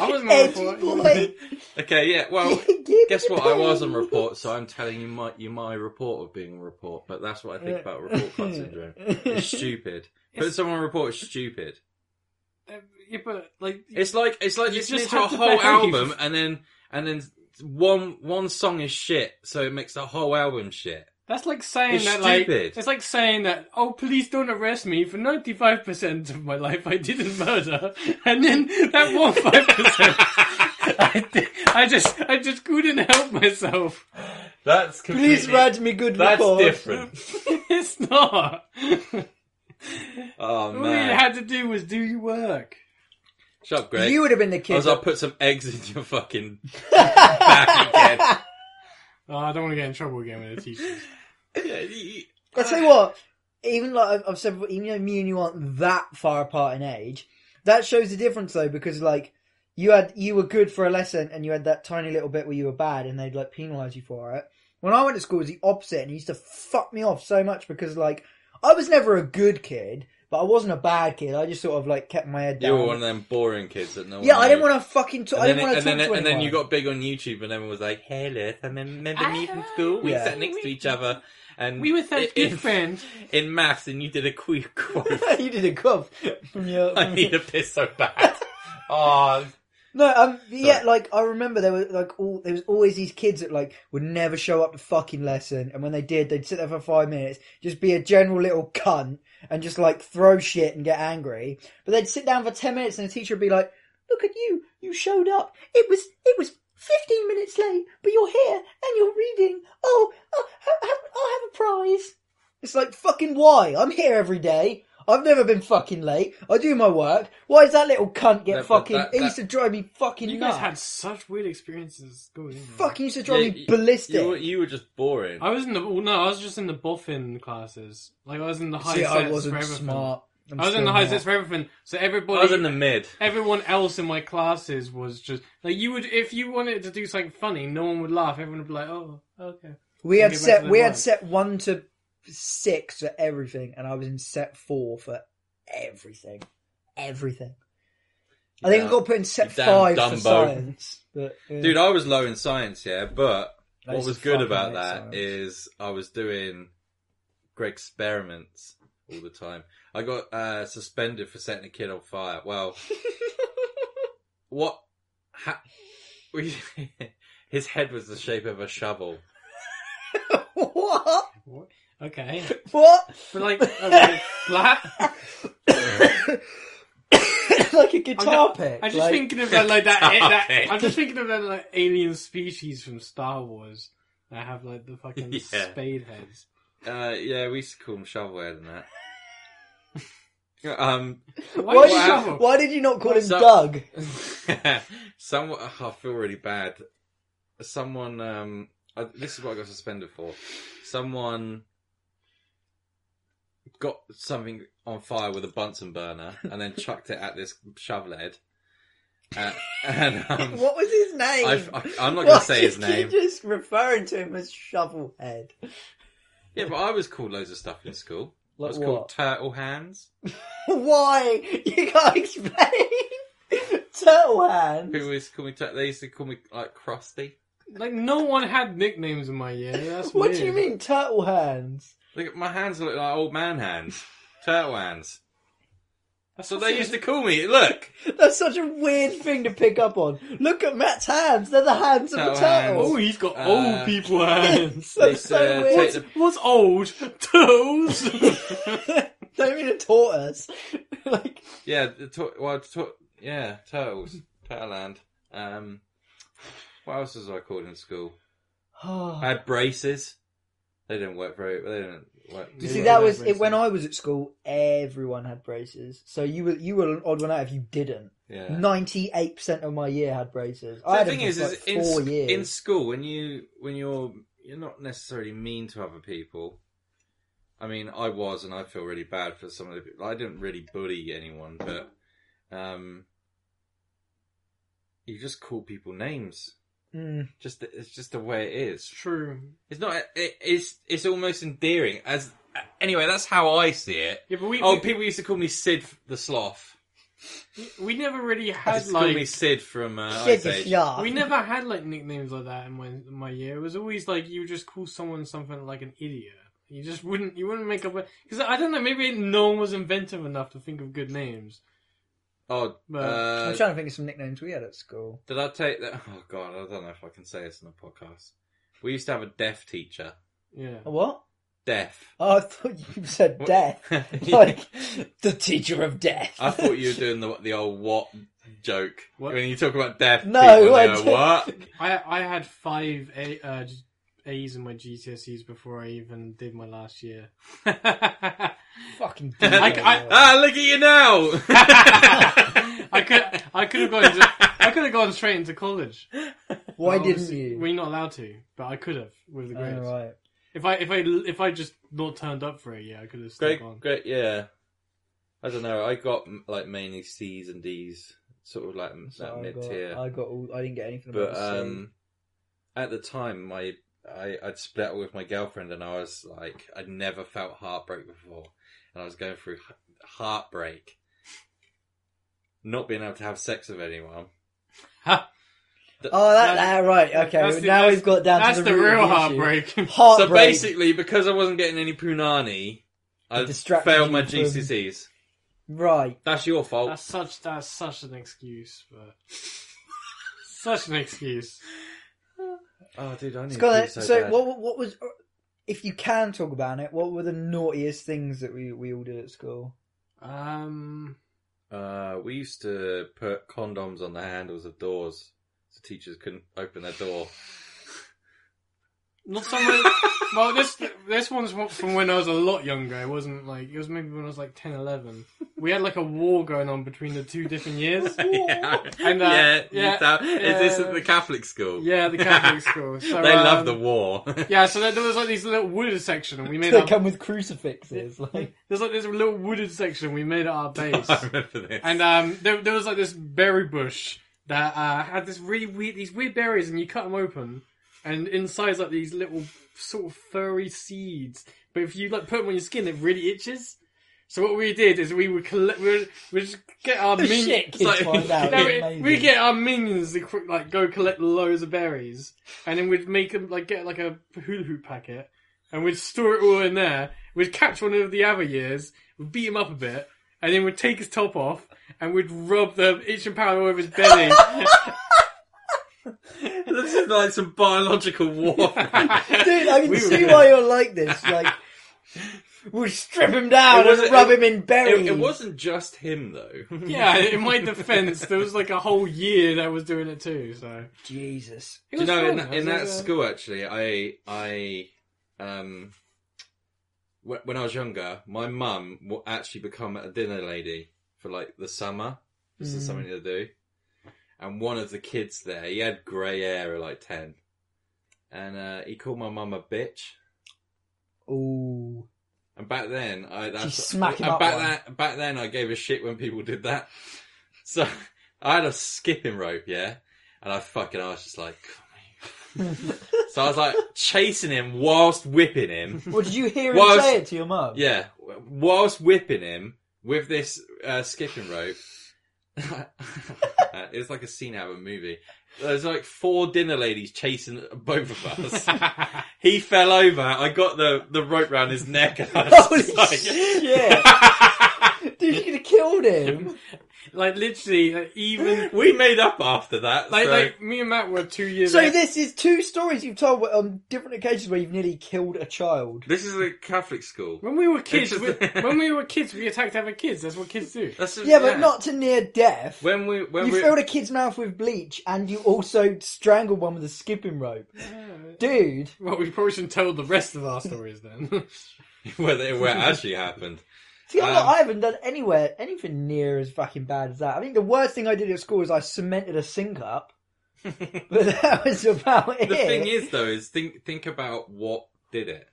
Speaker 2: I wasn't on
Speaker 4: Edgy
Speaker 2: report.
Speaker 4: boy.
Speaker 3: Okay, yeah. Well,
Speaker 4: Give
Speaker 3: Guess
Speaker 4: it
Speaker 3: what? I
Speaker 4: back.
Speaker 3: was on report, so I'm telling you my you my report of being a report. But that's what I think about report card syndrome. It's stupid. Put someone on report is stupid.
Speaker 2: Uh, Yeah, but like
Speaker 3: It's like it's like
Speaker 2: You
Speaker 3: listening
Speaker 2: just
Speaker 3: to a
Speaker 2: have to
Speaker 3: whole
Speaker 2: make-
Speaker 3: album and then and then one one song is shit, so it makes the whole album shit.
Speaker 2: that's like saying
Speaker 3: It's
Speaker 2: that like
Speaker 3: stupid.
Speaker 2: it's like saying that oh please don't arrest me for ninety five percent of my life I didn't murder and then that one five percent I did- I just I just couldn't help myself.
Speaker 3: That's
Speaker 4: Please write me good report.
Speaker 2: it's not.
Speaker 3: Oh
Speaker 2: All you
Speaker 3: man,
Speaker 2: had to do was do your work.
Speaker 3: shut up, Greg.
Speaker 4: You would have been the
Speaker 3: I
Speaker 4: kid.
Speaker 3: was I'll put some eggs in your fucking back again.
Speaker 2: Oh, I don't want to get in trouble again with the teachers.
Speaker 3: Yeah, you-
Speaker 4: I tell you what, even like I've- I've said, even though me and you aren't that far apart in age, that shows the difference though, because like you had you were good for a lesson and you had that tiny little bit where you were bad and they'd like penalise you for it. When I went to school, it was the opposite, and it used to fuck me off so much because like I was never a good kid, but I wasn't a bad kid. I just sort of like kept my head
Speaker 3: you
Speaker 4: down.
Speaker 3: were one of them boring kids that no one.
Speaker 4: yeah, I didn't
Speaker 3: knew.
Speaker 4: want to fucking talk. I
Speaker 3: And
Speaker 4: didn't
Speaker 3: then,
Speaker 4: want to talk
Speaker 3: and, then,
Speaker 4: to anyone.
Speaker 3: and then you got big on YouTube, and everyone was like, "Hey, Liz, I mem- remember me from school. We
Speaker 4: Yeah.
Speaker 3: sat next to each other, and
Speaker 2: We were such
Speaker 3: in,
Speaker 2: good friends.
Speaker 3: in maths, and you did a quick quote.
Speaker 4: you did a cough from your.
Speaker 3: I need a piss so bad. Oh,
Speaker 4: No, um, yeah,
Speaker 3: Sorry.
Speaker 4: like I remember there were like all there was always these kids that like would never show up to fucking lesson, and when they did, they'd sit there for five minutes, just be a general little cunt, and just like throw shit and get angry. But they'd sit down for ten minutes, and the teacher would be like, "Look at you, you showed up. It was it was fifteen minutes late, but you're here and you're reading. Oh, oh ha- ha- I'll have a prize." It's like fucking why? I'm here every day. I've never been fucking late. I do my work. Why does that little cunt get
Speaker 3: That- but
Speaker 4: fucking?
Speaker 3: that-
Speaker 4: it
Speaker 3: that-
Speaker 4: used to drive me fucking
Speaker 2: You guys
Speaker 4: nuts.
Speaker 2: had such weird experiences going in.
Speaker 4: fucking used to drive
Speaker 3: Yeah,
Speaker 4: me
Speaker 3: you-
Speaker 4: ballistic.
Speaker 3: you were, you were just boring.
Speaker 2: I was in the well, no, I was just in the boffin classes. Like I was in the high
Speaker 4: See,
Speaker 2: sets
Speaker 4: I wasn't
Speaker 2: for everything.
Speaker 4: smart. I'm
Speaker 2: I was in
Speaker 4: still
Speaker 2: the high
Speaker 4: not.
Speaker 2: sets for everything. So
Speaker 3: I
Speaker 2: everybody,
Speaker 3: was in the mid.
Speaker 2: everyone else in my classes was just like you would if you wanted to do something funny, no one would laugh. Everyone would be like, "Oh, okay."
Speaker 4: We
Speaker 2: Get
Speaker 4: had
Speaker 2: back to
Speaker 4: set
Speaker 2: the
Speaker 4: we
Speaker 2: line.
Speaker 4: had set one to six for everything, and I was in set four for everything, everything. I think I
Speaker 3: Yeah.
Speaker 4: got put in set
Speaker 3: You damn
Speaker 4: five for
Speaker 3: Dumbo.
Speaker 4: science. But, yeah.
Speaker 3: Dude, I was low in science, yeah, but
Speaker 4: I
Speaker 3: what
Speaker 4: used to
Speaker 3: was good
Speaker 4: fucking
Speaker 3: about
Speaker 4: hate
Speaker 3: that
Speaker 4: science.
Speaker 3: is I was doing Greg experiments all the time. I got uh, suspended for setting a kid on fire. Well, what? Ha- we- his head was the shape of a shovel.
Speaker 4: what?
Speaker 2: Okay,
Speaker 4: What?
Speaker 2: but like okay, flat.
Speaker 4: like a guitar
Speaker 2: I'm ju-
Speaker 4: pick.
Speaker 2: I'm just
Speaker 4: like,
Speaker 2: thinking of that like that, eh,
Speaker 3: Guitar
Speaker 2: that-
Speaker 3: pick.
Speaker 2: I'm just thinking of that like alien species from Star Wars that have like the fucking
Speaker 3: Yeah.
Speaker 2: spade heads.
Speaker 3: Uh, yeah, we used to call him shovelhead and that. um,
Speaker 2: Why,
Speaker 4: Why
Speaker 2: did
Speaker 4: did,
Speaker 2: you
Speaker 4: you,
Speaker 2: shovel?
Speaker 4: why did you not call him
Speaker 3: So-
Speaker 4: Doug?
Speaker 3: someone, oh, I feel really bad. Someone, um, I, this is what I got suspended for. Someone got something on fire with a Bunsen burner and then chucked it at this shovelhead. Uh, and um,
Speaker 4: What was his name?
Speaker 3: I, am not going to say his
Speaker 4: Why did
Speaker 3: name.
Speaker 4: You just referring to him as Shovelhead.
Speaker 3: Yeah, but I was called loads of stuff in school.
Speaker 4: Like
Speaker 3: It's
Speaker 4: what?
Speaker 3: called Turtle Hands.
Speaker 4: Why? You can't explain. Turtle
Speaker 3: People
Speaker 4: hands.
Speaker 3: used to call me tur- They used to call me like Krusty.
Speaker 2: Like no one had nicknames in my year. That's
Speaker 4: What
Speaker 2: weird.
Speaker 4: do you mean turtle hands?
Speaker 3: Look, my hands look like old man hands, turtle hands. That's what they used to call me. Look,
Speaker 4: That's such a weird thing to pick up on. Look at Matt's hands. They're the hands of a
Speaker 3: Turtle
Speaker 2: Oh,
Speaker 4: turtle.
Speaker 2: he's got
Speaker 3: Uh,
Speaker 2: old people hands.
Speaker 3: they
Speaker 4: That's
Speaker 3: used
Speaker 4: so
Speaker 3: to
Speaker 4: weird.
Speaker 3: take the
Speaker 2: What's old? Toes.
Speaker 4: Don't mean a tortoise. like,
Speaker 3: yeah, the to- well, to- yeah, turtles, turtle hand. Um, what else was I called in school?
Speaker 4: oh.
Speaker 3: I had braces. They didn't work very. They didn't work.
Speaker 4: You
Speaker 2: Yeah,
Speaker 4: see,
Speaker 2: yeah,
Speaker 4: that
Speaker 2: yeah,
Speaker 4: was it.
Speaker 2: braces.
Speaker 4: When I was at school, everyone had braces. So you were you were an odd one out if you didn't.
Speaker 3: Yeah.
Speaker 4: Ninety eight percent of my year had braces. I
Speaker 3: the
Speaker 4: had
Speaker 3: thing
Speaker 4: them
Speaker 3: is,
Speaker 4: for
Speaker 3: is
Speaker 4: like
Speaker 3: in,
Speaker 4: four
Speaker 3: sc-
Speaker 4: years.
Speaker 3: in school when you when you're you're not necessarily mean to other people. I mean, I was, and I feel really bad for some of the people. I didn't really bully anyone, but um, you just call people names.
Speaker 4: Mm.
Speaker 3: Just it's just the way it is.
Speaker 2: True.
Speaker 3: It's not. It, it's it's almost endearing. As anyway, that's how I see it.
Speaker 2: Yeah, but we
Speaker 3: Oh,
Speaker 2: we,
Speaker 3: people used to call me Sid the sloth.
Speaker 2: we never really
Speaker 3: They
Speaker 2: had
Speaker 3: used to call me
Speaker 2: like
Speaker 3: Sid from uh,
Speaker 4: Shit,
Speaker 3: Ice
Speaker 4: it's
Speaker 3: Age.
Speaker 4: sharp.
Speaker 2: we never had like nicknames like that in my in my year. It was always like you would just call someone something like an idiot. You just wouldn't you wouldn't make up because I don't know maybe no one was inventive enough to think of good names.
Speaker 3: Oh,
Speaker 2: But-
Speaker 3: uh,
Speaker 4: I'm trying to think of some nicknames we had at school.
Speaker 3: Did I take that? Oh god, I don't know if I can say this on the podcast. We used to have a deaf teacher.
Speaker 2: Yeah.
Speaker 4: A What?
Speaker 3: Deaf.
Speaker 4: Oh, I thought you said
Speaker 3: What-
Speaker 4: death. like the teacher of death.
Speaker 3: I thought you were doing the the old what joke
Speaker 2: What?
Speaker 3: when you talk about deaf.
Speaker 4: No,
Speaker 3: people,
Speaker 4: I
Speaker 3: they go,
Speaker 4: don't.
Speaker 3: what?
Speaker 2: I I had five A, uh, G- A's in my GCSEs before I even did my last year.
Speaker 4: fucking.
Speaker 2: I-
Speaker 4: demon.
Speaker 2: I-
Speaker 3: ah, look at you now.
Speaker 2: I could I could have gone into, I could have gone straight into college.
Speaker 4: Why
Speaker 2: But
Speaker 4: didn't
Speaker 2: obviously
Speaker 4: you?
Speaker 2: We're not allowed to, but I could have with the
Speaker 4: Oh,
Speaker 2: grades.
Speaker 4: right.
Speaker 2: If I if I if I just not turned up for a year, I could have stuck
Speaker 3: great,
Speaker 2: on.
Speaker 3: great, yeah. I don't know. I got m- like mainly C's and D's, sort of like m-
Speaker 4: So
Speaker 3: that
Speaker 4: I
Speaker 3: mid
Speaker 4: got,
Speaker 3: tier.
Speaker 4: I got all. I didn't get anything. about
Speaker 3: but
Speaker 4: the C.
Speaker 3: um, at the time, my I, I'd split up with my girlfriend, and I was like, I'd never felt heartbreak before, and I was going through h- heartbreak, not being able to have sex with anyone. Th-
Speaker 4: Oh, that,
Speaker 2: That's-
Speaker 4: that right. Okay,
Speaker 2: that's
Speaker 4: well,
Speaker 2: the-
Speaker 4: now
Speaker 2: that's-
Speaker 4: we've got down
Speaker 2: That's
Speaker 4: to
Speaker 2: the
Speaker 4: root of issue.
Speaker 2: real heartbreak.
Speaker 4: Heartbreak.
Speaker 3: so basically, because I wasn't getting any punani, I
Speaker 4: distracted
Speaker 3: failed
Speaker 4: you
Speaker 3: my
Speaker 4: from-
Speaker 3: GCSEs.
Speaker 4: right.
Speaker 3: That's your fault.
Speaker 2: That's such that's such an excuse, but such an excuse.
Speaker 3: Oh, dude, I need
Speaker 4: Scholar,
Speaker 3: to
Speaker 4: so,
Speaker 3: pee so, bad.
Speaker 4: what? What was? If you can talk about it, what were the naughtiest things that we we all did at school?
Speaker 2: Um,
Speaker 3: Uh, we used to put condoms on the handles of doors so teachers couldn't open their door.
Speaker 2: not so much. well, this this one's from when I was a lot younger. It wasn't like it was maybe when I was like 10, 11. We had like a war going on between the two different years.
Speaker 3: yeah,
Speaker 2: And, uh,
Speaker 3: yeah, you
Speaker 2: yeah,
Speaker 3: tell- is this
Speaker 2: yeah.
Speaker 3: at the Catholic school?
Speaker 2: Yeah, the Catholic school. So,
Speaker 3: they love
Speaker 2: um,
Speaker 3: the war.
Speaker 2: Yeah, so there, there was like this little wooded section, and we made
Speaker 4: they
Speaker 3: um,
Speaker 2: up.
Speaker 4: come with crucifixes. Like
Speaker 2: There's like this little wooded section we made at our base.
Speaker 3: I remember this.
Speaker 2: And um, there, there was like this berry bush that uh, had this really weird, these weird berries, and you cut them open, and inside's like these little sort of furry seeds. But if you like put them on your skin, it really itches. So what we did is we would collect, we would, we just get our min-
Speaker 4: shit, kids
Speaker 3: like-
Speaker 4: find out.
Speaker 2: no,
Speaker 4: it's
Speaker 2: we,
Speaker 4: amazing.
Speaker 2: we get our minions to qu- like go collect loads of berries, and then we'd make them like get like a hula hoop packet, and we'd store it all in there. We'd catch one of the other years, we'd beat him up a bit, and then we'd take his top off and we'd rub the itching powder all over his belly.
Speaker 3: this is like some biological war.
Speaker 4: Dude, I can
Speaker 2: We were-
Speaker 4: see why you're like this. Like we'll strip him down
Speaker 3: It wasn't-
Speaker 4: and rub
Speaker 3: it-
Speaker 4: him in berries.
Speaker 3: it, it wasn't just him though.
Speaker 2: yeah, in my defense, there was like a whole year that was doing it too. So
Speaker 4: Jesus.
Speaker 2: It
Speaker 3: Do you
Speaker 2: was
Speaker 3: know in,
Speaker 2: fun.
Speaker 3: that-
Speaker 2: It
Speaker 3: in
Speaker 2: was,
Speaker 3: that
Speaker 2: uh,
Speaker 3: school actually, I I um wh- when I was younger, my mum will actually become a dinner lady for like the summer. This is
Speaker 4: Mm.
Speaker 3: something to do. And one of the kids there, he had grey hair at like ten, and uh, he called my mum a bitch.
Speaker 4: Ooh.
Speaker 3: And back then, I that's,
Speaker 4: Just smack him
Speaker 3: and
Speaker 4: up
Speaker 3: back
Speaker 4: one.
Speaker 3: then, back then, I gave a shit when people did that. So I had a skipping rope, yeah, and I fucking I was just like, So I was like chasing him whilst whipping him.
Speaker 4: Well, did you hear him
Speaker 3: Well, I was-
Speaker 4: say it to your mum?
Speaker 3: Yeah, whilst whipping him with this uh, skipping rope, Uh, it was like a scene out of a movie. There's like four dinner ladies chasing both of us. he fell over. I got the, the rope round his neck. And I was
Speaker 4: Holy
Speaker 3: just like,
Speaker 4: shit! Dude, you could have killed him.
Speaker 2: like literally, like, even
Speaker 3: we made up after that.
Speaker 2: like
Speaker 3: so
Speaker 2: like me and Matt were two years.
Speaker 4: So
Speaker 2: out-
Speaker 4: this is two stories you've told on different occasions where you've nearly killed a child.
Speaker 3: this is a Catholic school.
Speaker 2: when we were kids,
Speaker 3: It's
Speaker 2: we,
Speaker 3: just-
Speaker 2: when we were kids, we attacked other kids. That's what kids do.
Speaker 3: That's just-
Speaker 4: Yeah, but not to near death.
Speaker 3: when we when
Speaker 4: you
Speaker 3: we
Speaker 4: filled a kid's mouth with bleach and you also strangled one with a skipping rope. Dude,
Speaker 2: Well, we probably shouldn't tell the rest of our stories then.
Speaker 3: where it where it actually happened.
Speaker 4: see, I'm not,
Speaker 3: Um,
Speaker 4: I haven't done anywhere anything near as fucking bad as that. I think the worst thing I did at school is I cemented a sink up, but that was about it.
Speaker 3: The thing is, though, is think think about what did it,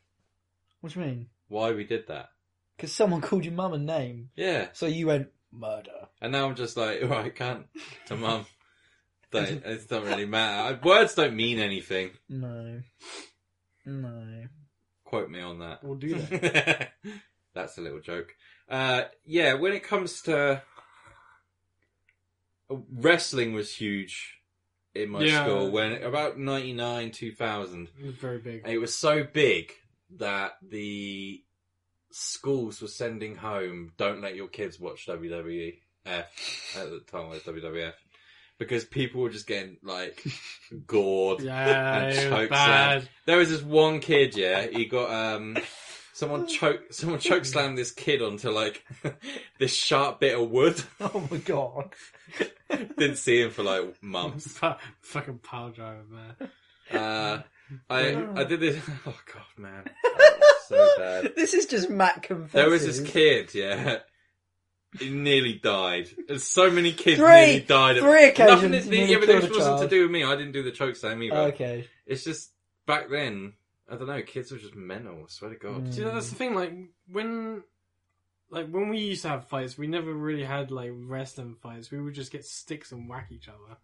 Speaker 4: what do you mean?
Speaker 3: why we did that.
Speaker 4: Because someone called your mum a name,
Speaker 3: Yeah,
Speaker 4: so you went murder.
Speaker 3: and now I'm just like, right, can't to mum. Don't it doesn't really matter. Words don't mean anything.
Speaker 4: No, no.
Speaker 3: Quote me on that.
Speaker 2: we'll do that.
Speaker 3: That's a little joke. Uh, yeah, when it comes to uh, wrestling, was huge in my
Speaker 2: Yeah.
Speaker 3: school when about ninety nine two thousand.
Speaker 2: It was very big.
Speaker 3: And it was so big that the schools were sending home, don't let your kids watch WWF eh, at the time, it was WWF, because people were just getting like gored.
Speaker 2: Yeah,
Speaker 3: And
Speaker 2: it was
Speaker 3: chokeslam.
Speaker 2: bad.
Speaker 3: There was this one kid, yeah, he got, um, someone choke, someone choke slammed this kid onto like this sharp bit of wood.
Speaker 4: Oh my god.
Speaker 3: Didn't see him for like months.
Speaker 4: Um,
Speaker 2: Fu- fucking pile driver, man.
Speaker 3: Uh, I, I did this, oh god, man. That was so bad.
Speaker 4: This is just Matt confessing.
Speaker 3: There was this kid, yeah. He nearly died. There's so many kids
Speaker 4: Three-
Speaker 3: nearly died. at-
Speaker 4: three occasions
Speaker 3: Nothing,
Speaker 4: you nearly
Speaker 3: yeah, but this
Speaker 4: killed a
Speaker 3: wasn't to
Speaker 4: child.
Speaker 3: do with me. I didn't do the choke slam either.
Speaker 4: Okay.
Speaker 3: It's just back then. I don't know. Kids were just mental. I swear to God.
Speaker 2: See, that's the thing. Like when, like when we used to have fights, we never really had like wrestling fights. We would just get sticks and whack each other.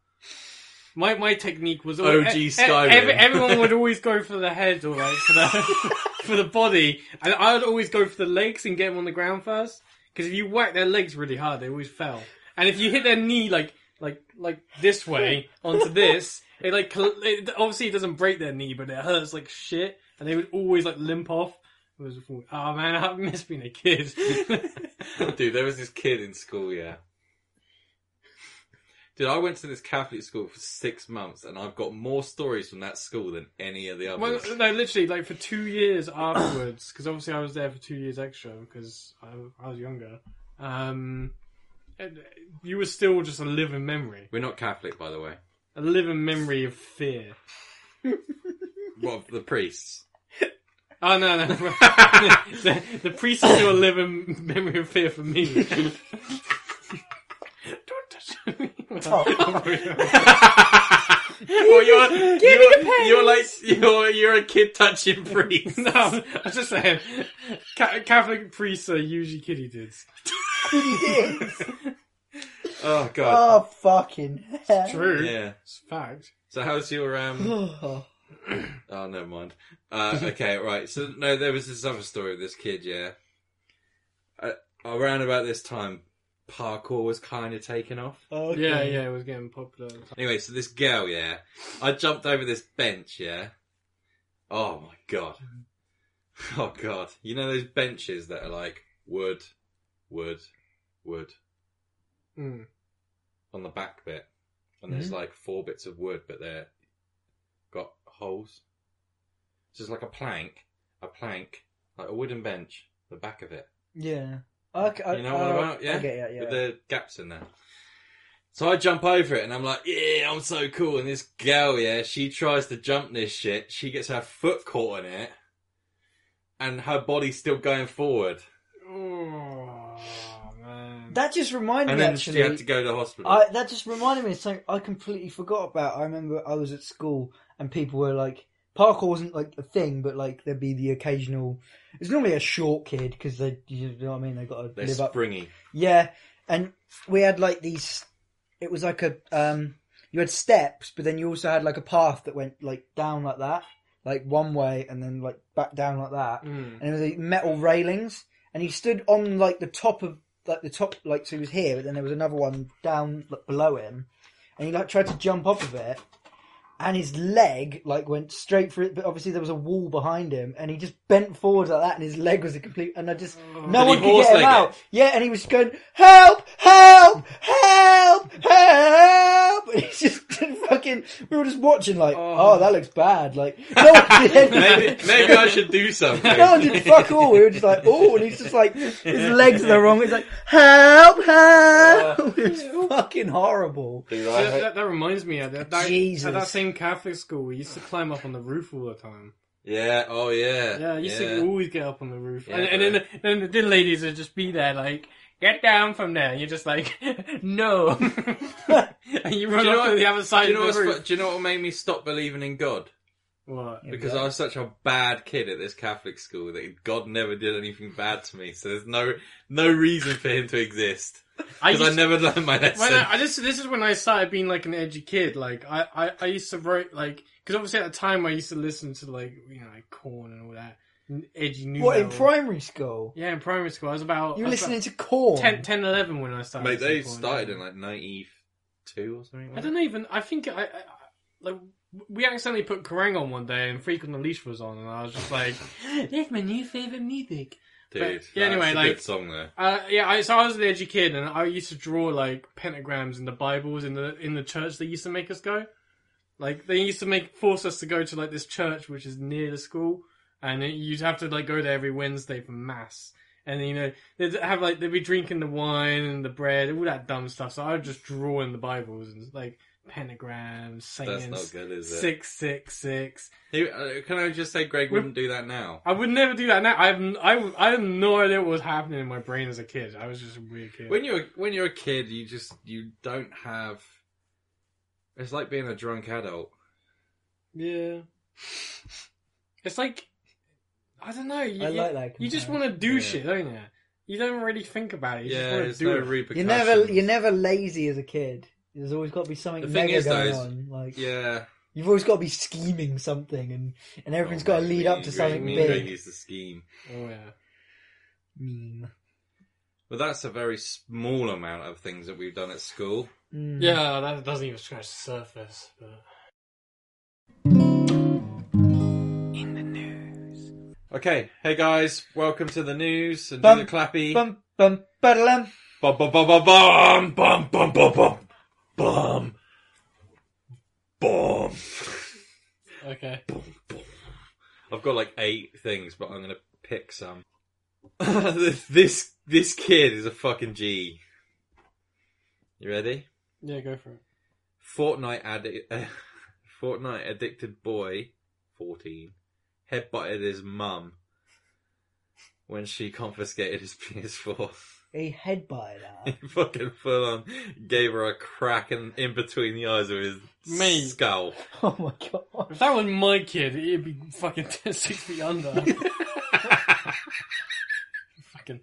Speaker 2: My my technique was
Speaker 3: OG
Speaker 2: e- e-
Speaker 3: Skyrim.
Speaker 2: every- everyone would always go for the head or like for the for the body, and I would always go for the legs and get them on the ground first. Because if you whack their legs really hard, they always fell. And if you hit their knee like like like this way onto this, it like cl- it, obviously it doesn't break their knee, but it hurts like shit. And they would always like limp off. It was oh man, I miss being a kid.
Speaker 4: Mm.
Speaker 3: Dude, there was this kid in school. Yeah. Dude, I went to this Catholic school for six months, and I've got more stories from that school than any of the
Speaker 2: well,
Speaker 3: others.
Speaker 2: no, literally like for two years afterwards, because obviously I was there for two years extra because I, I was younger. Um, and you were still just a living memory,
Speaker 3: We're not Catholic, by the way.
Speaker 2: a living memory of fear.
Speaker 3: Well, the priests.
Speaker 2: Oh no, no. the, the priest is still a living memory of fear for me. Don't touch me.
Speaker 3: well, you're, you're, you're like you're you're a kid touching priest.
Speaker 2: no, I was just saying, Ca- Catholic priests are usually kiddie dudes.
Speaker 3: Oh god.
Speaker 4: oh fucking hell.
Speaker 2: True,
Speaker 3: Yeah.
Speaker 2: it's a fact.
Speaker 3: So how's your um? Oh, never mind. Uh, okay, right. So no, there was this other story of this kid. Yeah. Uh, around about this time, parkour was kind of taking off.
Speaker 4: Okay.
Speaker 2: Yeah, yeah, it was getting popular. At the time.
Speaker 3: Anyway, so this girl, yeah, I jumped over this bench, yeah. Oh my god. Oh god. You know those benches that are like wood, wood, wood
Speaker 2: Mm.
Speaker 3: on the back bit, and there's like four bits of wood, but they're got holes. So it's like a plank, a plank, like a wooden bench, the back of it.
Speaker 4: Yeah. Okay. I-
Speaker 3: You know what
Speaker 4: uh,
Speaker 3: I'm about? Yeah?
Speaker 4: Okay, yeah, yeah.
Speaker 3: with the gaps in there. So I jump over it and I'm like, yeah, I'm so cool. And this girl, yeah, she tries to jump this shit. She gets her foot caught in it and her body's still going forward.
Speaker 2: Oh man,
Speaker 4: That just reminded
Speaker 3: And
Speaker 4: me
Speaker 3: then
Speaker 4: actually.
Speaker 3: she had to go to hospital.
Speaker 4: I, that just reminded me of something I completely forgot about. I remember I was at school and people were like, parkour wasn't like a thing, but like there'd be the occasional. It's normally a short kid because they, you know what I mean. They got to
Speaker 3: They're
Speaker 4: live up
Speaker 3: springy.
Speaker 4: Yeah, and we had like these. It was like a um, you had steps, but then you also had like a path that went like down like that, like one way, and then like back down like that.
Speaker 2: Mm.
Speaker 4: And it was like, metal railings, and he stood on like the top of like the top, like so he was here, but then there was another one down like, below him, and he like tried to jump off of it, and his leg like went straight for it, but obviously there was a wall behind him, and he just bent forward like that, and his leg was a complete, and I just no
Speaker 3: Did he
Speaker 4: one could get
Speaker 3: horse-leg
Speaker 4: him
Speaker 3: it?
Speaker 4: out. Yeah, and he was going help, help, help, help, and he's just fucking. We were just watching like, oh,
Speaker 2: Oh.
Speaker 4: that looks bad. Like no one did anything.
Speaker 3: maybe, maybe I should do something.
Speaker 4: No, one did fuck all. We were just like, oh, and he's just like, his legs are the wrong. way. He's like, help, help. It's fucking horrible.
Speaker 3: Dude,
Speaker 2: Yeah,
Speaker 3: I
Speaker 2: That,
Speaker 3: hope-
Speaker 2: that reminds me of that, that
Speaker 4: Jesus.
Speaker 2: at that same Catholic school we used to climb up on the roof all the time.
Speaker 3: yeah, oh yeah.
Speaker 2: Yeah, I used to always get up on the roof,
Speaker 3: Yeah,
Speaker 2: and, and then then the din ladies would just be there like. Get down from there. And you're just like, no. and you run
Speaker 3: know
Speaker 2: off to
Speaker 3: what-
Speaker 2: the other side
Speaker 3: do you know
Speaker 2: of
Speaker 3: what's,
Speaker 2: the roof.
Speaker 3: do you know what made me stop believing in God?
Speaker 2: What?
Speaker 3: Because I was such a bad kid at this Catholic school that God never did anything bad to me, so there's no no reason for him to exist.
Speaker 2: I
Speaker 3: Because I,
Speaker 2: used-
Speaker 3: never learned my lesson.
Speaker 2: When I, I just this is when I started being like an edgy kid. Like I I, I used to write like because obviously at the time I used to listen to like you know like corn and all that n- edgy new.
Speaker 4: What in
Speaker 2: metal.
Speaker 4: primary school?
Speaker 2: Yeah, in primary school I was about
Speaker 4: You
Speaker 2: I
Speaker 4: were
Speaker 2: was
Speaker 4: listening
Speaker 2: about
Speaker 4: to Corn.
Speaker 2: 10, 10, 11 when I started.
Speaker 3: Mate, they
Speaker 2: listening to Korn,
Speaker 3: started
Speaker 2: yeah.
Speaker 3: in like '92 or something.
Speaker 2: I don't even. I think I, I I- like we accidentally put Kerrang on one day and Freak on the Leash was on and I was just like, that's my new favorite music.
Speaker 3: Dude,
Speaker 2: But- yeah,
Speaker 3: that's
Speaker 2: anyway,
Speaker 3: a
Speaker 2: like-
Speaker 3: good song though.
Speaker 2: Uh, yeah, I, so I was an edgy kid, and I used to draw like pentagrams in the Bibles in the in the church they used to make us go. Like they used to make force us to go to like this church which is near the school, and it, you'd have to like go there every Wednesday for mass. And you know they'd have like they'd be drinking the wine and the bread, all that dumb stuff. So I would just draw in the Bibles and like pentagrams,
Speaker 3: That's
Speaker 2: saying
Speaker 3: not good, is it?
Speaker 2: six six six.
Speaker 3: He- uh, can I just say Greg wouldn't do that now?
Speaker 2: I would never do that now. I have n- I, w- I have no idea what was happening in my brain as a kid. I was just a weird kid.
Speaker 3: When you're when you're a kid, you just you don't have. It's like being a drunk adult.
Speaker 2: Yeah. It's like I don't know. You,
Speaker 4: I like
Speaker 2: you,
Speaker 4: that.
Speaker 2: you just
Speaker 4: comparison.
Speaker 2: want to do
Speaker 3: Yeah.
Speaker 2: shit, don't you? You don't really think about it. You
Speaker 3: yeah,
Speaker 2: just
Speaker 3: there's no
Speaker 2: want to do it.
Speaker 4: You're
Speaker 3: repercussions.
Speaker 4: never, you're never lazy as a kid. There's always got to be something
Speaker 3: The thing
Speaker 4: mega
Speaker 3: is, though,
Speaker 4: going
Speaker 3: is-
Speaker 4: on. Like,
Speaker 3: Yeah,
Speaker 4: you've always got to be scheming something, and and everything's
Speaker 3: Oh,
Speaker 4: got to
Speaker 3: mate,
Speaker 4: lead
Speaker 3: me
Speaker 4: up
Speaker 3: and
Speaker 4: to
Speaker 3: Greg-
Speaker 4: something
Speaker 3: me and Greg
Speaker 4: big.
Speaker 3: used to scheme,
Speaker 2: oh yeah.
Speaker 4: Meme.
Speaker 3: but that's a very small amount of things that we've done at school.
Speaker 4: Mm.
Speaker 2: Yeah, that doesn't even scratch the surface. But
Speaker 1: In the news.
Speaker 3: Okay, hey guys, welcome to the news and
Speaker 4: Bum,
Speaker 3: do the clappy.
Speaker 4: Bum bum ba-da-lum.
Speaker 3: Bum bum bum bum bum bum bum bum bum bum bum.
Speaker 2: okay.
Speaker 3: I've got like eight things, but I'm gonna pick some. this this kid is a fucking G. You ready?
Speaker 2: Yeah, go for it.
Speaker 3: Fortnite addict, Fortnite addicted boy, fourteen, headbutted his mum when she confiscated his PS4.
Speaker 4: A headbutt.
Speaker 3: he fucking full on gave her a crack in, in between the eyes of his
Speaker 2: Mate.
Speaker 3: skull.
Speaker 4: Oh my god.
Speaker 2: If that was my kid, he'd be fucking six feet under. fucking.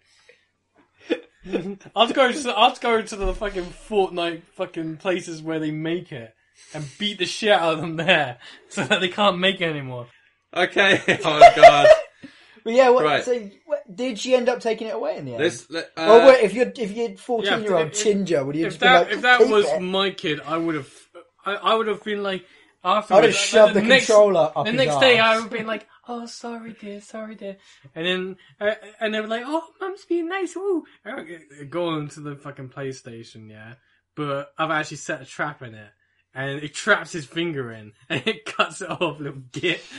Speaker 2: I'd go to I'd go to the fucking Fortnite fucking places where they make it and beat the shit out of them there so that they can't make it anymore.
Speaker 3: Okay, oh my god,
Speaker 4: But yeah, what,
Speaker 3: Right.
Speaker 4: so what, did she end up taking it away in the end?
Speaker 3: this. let- Uh,
Speaker 4: oh wait, if you're if you're fourteen
Speaker 2: yeah,
Speaker 4: year old
Speaker 2: if-
Speaker 4: Ginger, would you
Speaker 2: If
Speaker 4: just be
Speaker 2: that
Speaker 4: like,
Speaker 2: if that
Speaker 4: "Keep
Speaker 2: was
Speaker 4: it"?
Speaker 2: my kid, I would have I, I would have been like
Speaker 4: I'd
Speaker 2: afterwards.
Speaker 4: have shoved the,
Speaker 2: next-
Speaker 4: controller up
Speaker 2: The
Speaker 4: his
Speaker 2: next day, I
Speaker 4: arse.
Speaker 2: would have been like, "Oh, sorry, dear, sorry, dear," and then uh, and they were like, "Oh, mum's being nice." Woo, Uh, go on to the fucking PlayStation, yeah. But I've actually set a trap in it, and it traps his finger in, and it cuts it off, little git.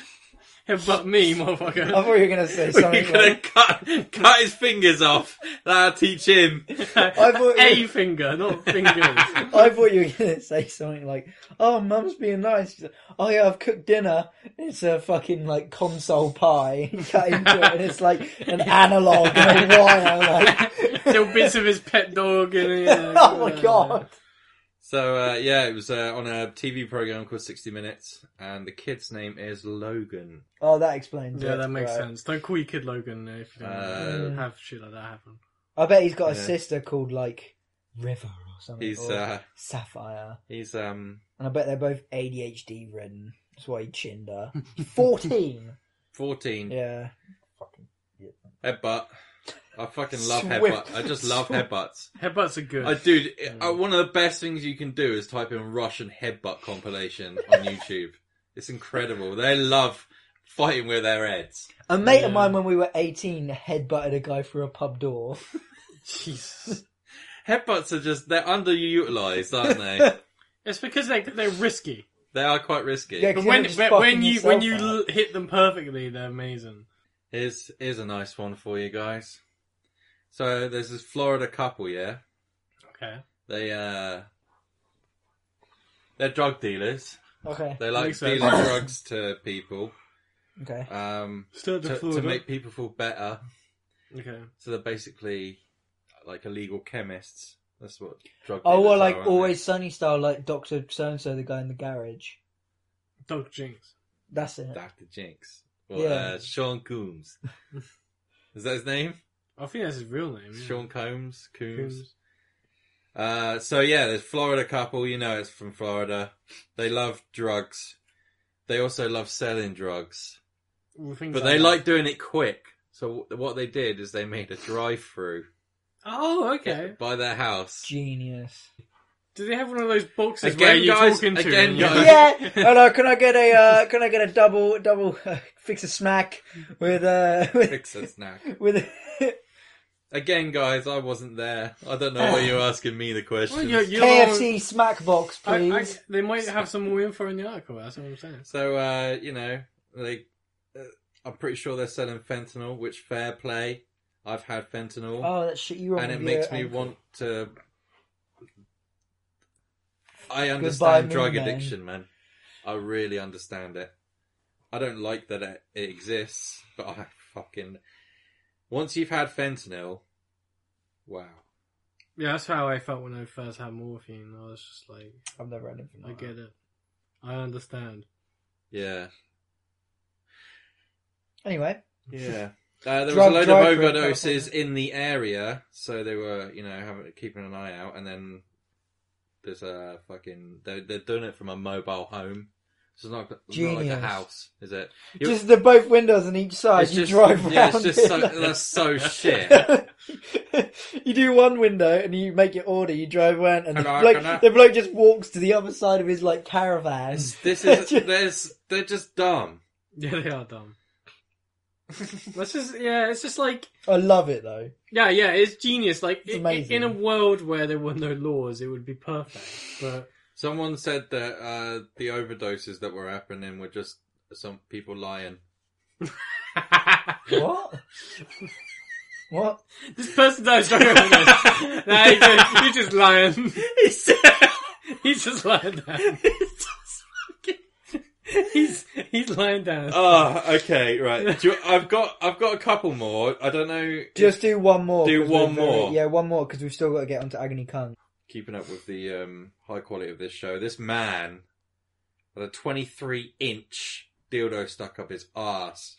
Speaker 2: But me,
Speaker 4: I
Speaker 2: motherfucker.
Speaker 4: thought you were gonna say
Speaker 3: We're
Speaker 4: something.
Speaker 3: gonna
Speaker 4: Like,
Speaker 3: cut, cut his fingers off. That'll teach him.
Speaker 4: thought
Speaker 2: a
Speaker 4: you-
Speaker 2: finger, not fingers.
Speaker 4: I thought you were gonna say something like, "Oh, mum's being nice." She's like, oh yeah, I've cooked dinner. It's a fucking like console pie. Cut into it, and it's like an analog and a wire. Like,
Speaker 2: Little bits of his pet dog, and yeah,
Speaker 4: oh my god.
Speaker 3: So uh, yeah, it was uh, on a TV program called 60 Minutes, and the kid's name is Logan.
Speaker 4: Oh, that explains.
Speaker 2: Yeah,
Speaker 4: it.
Speaker 2: that makes
Speaker 4: Right.
Speaker 2: sense. Don't call your kid Logan if you don't
Speaker 3: Uh,
Speaker 2: have shit like that happen.
Speaker 4: I bet he's got a
Speaker 3: Yeah.
Speaker 4: sister called like River or something.
Speaker 3: He's
Speaker 4: or
Speaker 3: uh,
Speaker 4: Sapphire.
Speaker 3: he's um
Speaker 4: And I bet they're both ADHD ridden. That's why he chinned her. 14!
Speaker 3: fourteen.
Speaker 4: yeah. Fucking.
Speaker 3: Headbutt. I fucking love
Speaker 4: Swift.
Speaker 3: headbutt. I just love headbutts.
Speaker 2: Headbutts are good.
Speaker 3: I dude, it- uh, one of the best things you can do is type in Russian headbutt compilation on YouTube. It's incredible. They love fighting with their heads.
Speaker 4: A mate
Speaker 2: Yeah.
Speaker 4: of mine when we were 18 headbutted a guy through a pub door.
Speaker 2: Jesus.
Speaker 3: Headbutts are just they're underutilized, aren't they?
Speaker 2: It's because they they're risky.
Speaker 3: they are quite risky.
Speaker 4: Yeah,
Speaker 2: But
Speaker 4: 'cause
Speaker 2: when
Speaker 4: you're just
Speaker 2: when,
Speaker 4: fucking
Speaker 2: when you when
Speaker 4: yourself
Speaker 2: you
Speaker 4: up.
Speaker 2: l- hit them perfectly, they're amazing.
Speaker 3: Here's here's a nice one for you guys. So there's this Florida couple, yeah.
Speaker 2: Okay.
Speaker 3: They uh they're drug dealers.
Speaker 4: Okay.
Speaker 3: They like
Speaker 2: Makes sense.
Speaker 3: dealing drugs to people.
Speaker 4: Okay.
Speaker 3: Um
Speaker 2: Start
Speaker 3: to, to make people feel better.
Speaker 2: Okay.
Speaker 3: So they're basically like illegal chemists. That's what drug
Speaker 4: Oh,
Speaker 3: dealers
Speaker 4: well,
Speaker 3: are,
Speaker 4: like
Speaker 3: aren't they?
Speaker 4: always sunny style, like Doctor So and So, the guy in the garage.
Speaker 2: Dog Jinx.
Speaker 4: That's it.
Speaker 3: Dr. Jinx. Or
Speaker 4: Yeah.
Speaker 3: uh, Sean Coombs. Is that his name?
Speaker 2: I think that's his real name. yeah.
Speaker 3: Sean Combs? Coombs?
Speaker 2: Coombs.
Speaker 3: Uh, so yeah, there's Florida couple, you know it's from Florida. They love drugs. They also love selling drugs.
Speaker 2: Well, things
Speaker 3: But they
Speaker 2: that.
Speaker 3: like doing it quick. So wh- what they did is they made a drive-through
Speaker 2: Oh, okay.
Speaker 3: by their house.
Speaker 4: Genius.
Speaker 2: Do they have one of those boxes
Speaker 3: Again,
Speaker 2: where you
Speaker 3: guys,
Speaker 2: talk into?
Speaker 3: again,
Speaker 2: and you-
Speaker 3: guys.
Speaker 4: yeah. Hello. Can I get a uh, Can I get a double double uh, fix a snack with uh with
Speaker 3: Fix a snack.
Speaker 4: with
Speaker 3: Again, guys, I wasn't there. I don't know why you're asking me the question.
Speaker 2: Well, you're, you're
Speaker 4: KFC smack box,
Speaker 2: I- I-
Speaker 4: please?
Speaker 2: they might have some more info in the article. That's what I'm saying.
Speaker 3: So uh, you know, like uh, I'm pretty sure they're selling fentanyl, which fair play. I've had fentanyl,
Speaker 4: Oh, that shit! You were um,
Speaker 3: and it
Speaker 4: with
Speaker 3: makes
Speaker 4: your
Speaker 3: me
Speaker 4: ankle.
Speaker 3: want to. I understand
Speaker 4: Moon
Speaker 3: drug
Speaker 4: Man.
Speaker 3: addiction, man. I really understand it. I don't like that it, it exists, but I fucking once you've had fentanyl, wow.
Speaker 2: Yeah, that's how I felt when I first had morphine. I was just like,
Speaker 4: I've never had anything.
Speaker 2: I
Speaker 4: Like
Speaker 2: get it. I understand.
Speaker 3: Yeah,
Speaker 4: that. Anyway,
Speaker 3: yeah. Uh, there
Speaker 4: Drug-
Speaker 3: was a
Speaker 4: drive-through in
Speaker 3: load of overdoses
Speaker 4: California.
Speaker 3: in the area, so they were, you know, having keeping an eye out. And then there's a fucking they're, they're doing it from a mobile home. So it's not, it's not like a
Speaker 4: Genius.
Speaker 3: house, is it? You're-
Speaker 4: just the both windows on each side.
Speaker 3: It's
Speaker 4: you
Speaker 3: just-
Speaker 4: drive around.
Speaker 3: yeah, it's just
Speaker 4: it,
Speaker 3: so,
Speaker 4: like-
Speaker 3: that's so shit.
Speaker 4: you do one window and you make your order. You drive around, and the
Speaker 3: Hello,
Speaker 4: bloke,
Speaker 3: can I-
Speaker 4: the bloke just walks to the other side of his like caravan.
Speaker 3: This, this is there's they're just dumb.
Speaker 2: Yeah, they are dumb. That's just yeah. It's just like
Speaker 4: I love it though.
Speaker 2: yeah, yeah. It's genius. Like i- i-
Speaker 4: amazing.
Speaker 2: in a world where there were no laws, it would be perfect. But
Speaker 3: Someone said that uh, the overdoses that were happening were just some people lying.
Speaker 4: What? what?
Speaker 2: this person that is talking about this, nah, he's just, he's just lying.
Speaker 3: He's,
Speaker 2: He's just lying down. He's he's lying down.
Speaker 3: oh, okay, right. Do you- I've got I've got a couple more. I don't know.
Speaker 4: Just do one more.
Speaker 3: Do
Speaker 4: 'cause we're
Speaker 3: one more.
Speaker 4: yeah, one more because we've still got to get onto Agony Khan.
Speaker 3: keeping up with the um, high quality of this show. This man had a 23 inch dildo stuck up his ass.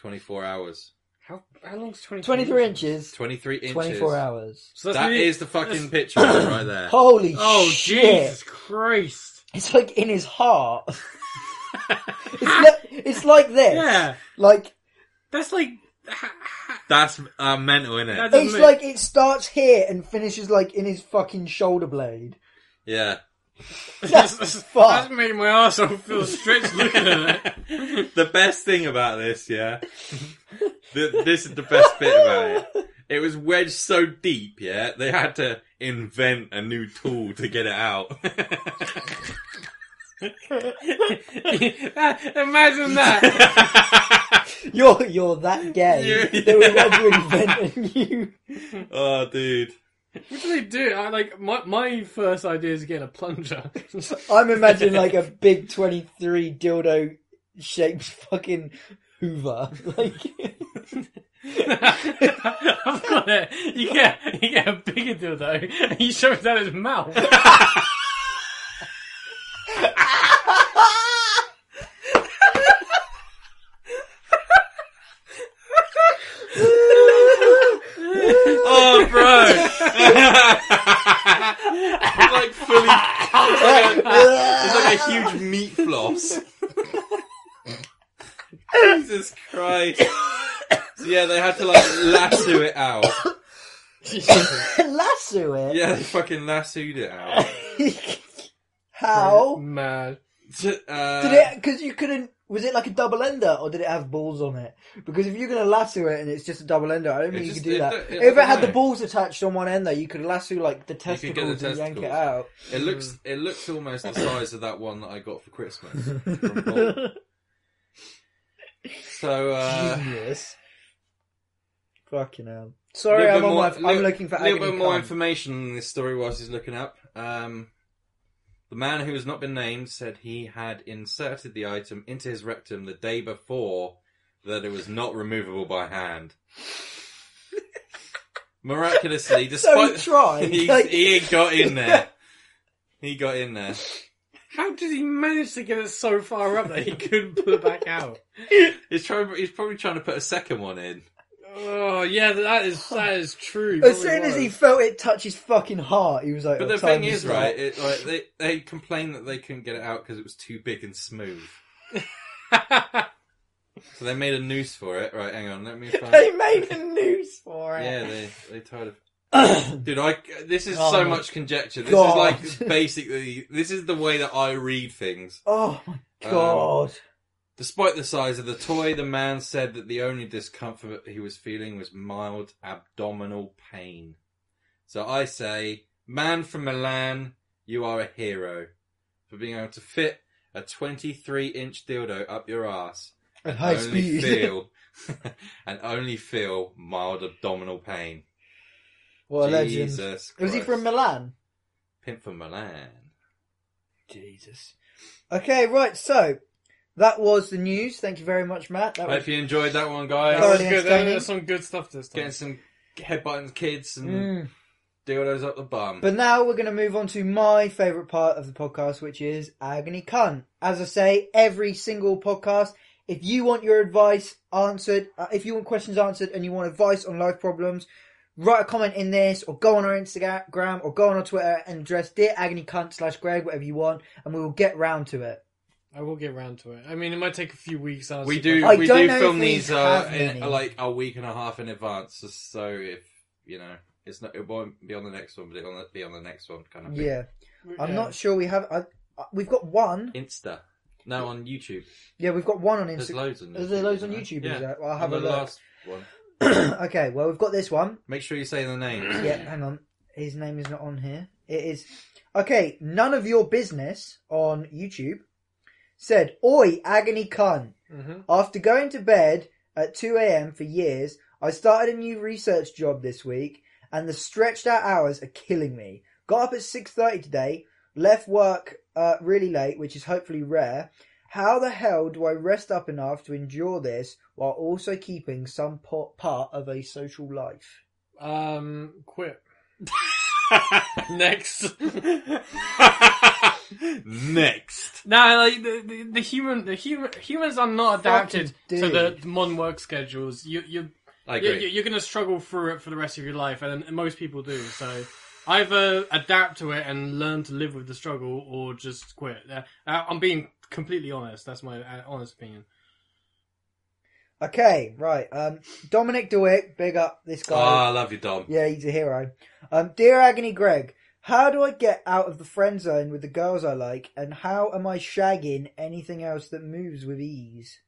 Speaker 3: 24 hours.
Speaker 2: How how long's twenty
Speaker 4: Twenty-three inches,
Speaker 3: 23 inches.
Speaker 4: twenty-four hours.
Speaker 2: So that's
Speaker 3: That
Speaker 2: really-
Speaker 3: is the fucking picture right there.
Speaker 4: Holy
Speaker 2: Oh
Speaker 4: shit!
Speaker 2: Jesus Christ!
Speaker 4: It's like in his heart. it's, li- it's like this.
Speaker 2: Yeah,
Speaker 4: Like
Speaker 2: that's like
Speaker 3: That's uh, mental, innit?
Speaker 2: That's-
Speaker 4: it's
Speaker 2: Doesn't it?
Speaker 4: like it starts here and finishes like in his fucking shoulder blade.
Speaker 3: Yeah.
Speaker 4: That's
Speaker 2: that's
Speaker 4: fucked.
Speaker 2: made my arsehole feel stretched looking at it.
Speaker 3: the best thing about this, yeah. Th this is the best bit about it. It was wedged so deep, yeah, they had to invent a new tool to get it out.
Speaker 2: Imagine that.
Speaker 4: You're you're that gay
Speaker 3: Yeah.
Speaker 4: that we had to invent a new.
Speaker 3: oh, dude.
Speaker 2: What do they do? I like my my first idea is getting a plunger.
Speaker 4: I'm imagining like a big 23 dildo shaped fucking Hoover. Like,
Speaker 2: I've got it. You get you get a bigger dildo and you shove it down his mouth.
Speaker 3: Oh, bro. It's like fully. It's like, a, it's like a huge meat floss. Jesus Christ. So yeah, they had to like lasso it out.
Speaker 4: Lasso it.
Speaker 3: Yeah, they fucking lassoed it out.
Speaker 4: How
Speaker 2: Mad.
Speaker 3: T- uh,
Speaker 4: did it? Because you couldn't. Was it like a double ender, or did it have balls on it? Because if you're going to lasso it and it's just a double ender, I don't think you
Speaker 3: just-
Speaker 4: could do
Speaker 3: it
Speaker 4: that.
Speaker 3: don't- it-
Speaker 4: if
Speaker 3: I
Speaker 4: it had
Speaker 3: don't
Speaker 4: the
Speaker 3: know.
Speaker 4: balls attached on one end, though, you could lasso like the
Speaker 3: could get the
Speaker 4: testicles and yank it
Speaker 3: testicles.
Speaker 4: out.
Speaker 3: It looks it looks almost the size of that one that I got for Christmas. from Paul. so uh
Speaker 4: Genius. Fucking hell. Sorry,
Speaker 3: little
Speaker 4: I'm
Speaker 3: bit
Speaker 4: on
Speaker 3: more-
Speaker 4: my. I'm
Speaker 3: little-
Speaker 4: looking for
Speaker 3: a little
Speaker 4: agony
Speaker 3: bit more
Speaker 4: cum.
Speaker 3: information in this story whilst he's looking up. Um, the man who has not been named said he had inserted the item into his rectum the day before that it was not removable by hand. Miraculously,
Speaker 4: So he
Speaker 3: despite
Speaker 4: tried.
Speaker 3: he,
Speaker 4: like-
Speaker 3: he got in there. He got in there.
Speaker 2: How did he manage to get it so far up that he couldn't pull it back out?
Speaker 3: He's trying. He's probably trying to put a second one in.
Speaker 2: Oh yeah, that is that is true.
Speaker 4: As
Speaker 2: Probably
Speaker 4: soon as he
Speaker 2: was.
Speaker 4: felt it touch his fucking heart, he was like.
Speaker 3: But
Speaker 4: "Oh,
Speaker 3: the thing
Speaker 4: time
Speaker 3: is,
Speaker 4: up."
Speaker 3: right? It, like they they complained that they couldn't get it out because it was too big and smooth. So they made a noose for it. Right, hang on, let me find.
Speaker 4: They made a noose for it.
Speaker 3: uh, yeah, they they tied it. Dude, I this is
Speaker 4: Oh
Speaker 3: so
Speaker 4: my
Speaker 3: much conjecture. This
Speaker 4: God.
Speaker 3: is like basically this is the way that I read things.
Speaker 4: Oh
Speaker 3: Um,
Speaker 4: my god.
Speaker 3: Despite the size of the toy, the man said that the only discomfort he was feeling was mild abdominal pain. So I say, man from Milan, you are a hero for being able to fit a 23 inch dildo up your ass
Speaker 4: At high
Speaker 3: only
Speaker 4: speed.
Speaker 3: feel and only feel mild abdominal pain.
Speaker 4: what a
Speaker 3: Jesus
Speaker 4: legend.
Speaker 3: Christ.
Speaker 4: Was he from Milan?
Speaker 3: Pimp from Milan.
Speaker 4: Jesus. Okay, right. So that was the news. Thank you very much, Matt. That was
Speaker 3: Hope you enjoyed that one,
Speaker 2: That
Speaker 3: guys.
Speaker 2: was
Speaker 4: Thoroughly
Speaker 2: good. That-
Speaker 4: entertaining.
Speaker 2: That's some good stuff this time.
Speaker 3: Getting some headbutting kids and
Speaker 4: Mm.
Speaker 3: dildos up the bum.
Speaker 4: But now we're going to move on to my favourite part of the podcast, which is Agony Cunt. As I say, every single podcast, if you want your advice answered, uh, if you want questions answered and you want advice on life problems, write a comment in this or go on our Instagram or go on our Twitter and address Dear Agony Cunt slash Greg, whatever you want, and we will get round to it.
Speaker 2: I will get round to it. I mean, it might take a few weeks. Honestly,
Speaker 3: we do
Speaker 4: I
Speaker 3: we
Speaker 4: don't
Speaker 3: do
Speaker 4: know if
Speaker 3: film
Speaker 4: we
Speaker 3: these uh,
Speaker 4: have
Speaker 3: in,
Speaker 4: many.
Speaker 3: like a week and a half in advance, just so if you know it's not it won't be on the next one, but it'll be on the next one kind of thing.
Speaker 4: Yeah.
Speaker 2: but-
Speaker 4: I'm
Speaker 2: yeah.
Speaker 4: not sure we have. I, I- we've got one.
Speaker 3: Insta. No, on YouTube.
Speaker 4: Yeah, we've got one on
Speaker 3: There's
Speaker 4: Instagram.
Speaker 3: loads on YouTube.
Speaker 4: There's loads on
Speaker 3: isn't
Speaker 4: YouTube.
Speaker 3: there?
Speaker 4: is there? Well, I'll have
Speaker 3: on
Speaker 4: a
Speaker 3: the
Speaker 4: look.
Speaker 3: last one.
Speaker 4: okay, well, we've got this one.
Speaker 3: Make sure you say the names.
Speaker 4: Yeah, hang on. His name is not on here. It is okay. None of your business on YouTube said, "Oi, agony cunt."
Speaker 2: Mhm.
Speaker 4: After going to bed at 2 a.m. for years, I started a new research job this week, and the stretched out hours are killing me. Got up at 6:30 today, left work uh, really late, which is hopefully rare. How the hell do I rest up enough to endure this while also keeping some po- part of a social life?
Speaker 2: Um, quit. Next.
Speaker 3: Next.
Speaker 2: Nah, like the, the, the human, the human, humans are not adapted
Speaker 4: Fucking
Speaker 2: to the
Speaker 4: dude.
Speaker 2: modern work schedules. You, you,
Speaker 3: I
Speaker 2: you,
Speaker 3: agree.
Speaker 2: you- you're going to struggle through it for the rest of your life, and, and most people do. So, either adapt to it and learn to live with the struggle, or just quit. Uh, I'm being completely honest. That's my uh, honest opinion.
Speaker 4: Okay, right. Um, Dominic DeWitt, big up this
Speaker 3: Oh,
Speaker 4: guy.
Speaker 3: I love you, Dom.
Speaker 4: yeah, he's a hero. Um, Dear Agony Greg, how do I get out of the friend zone with the girls I like, and how am I shagging anything else that moves with ease?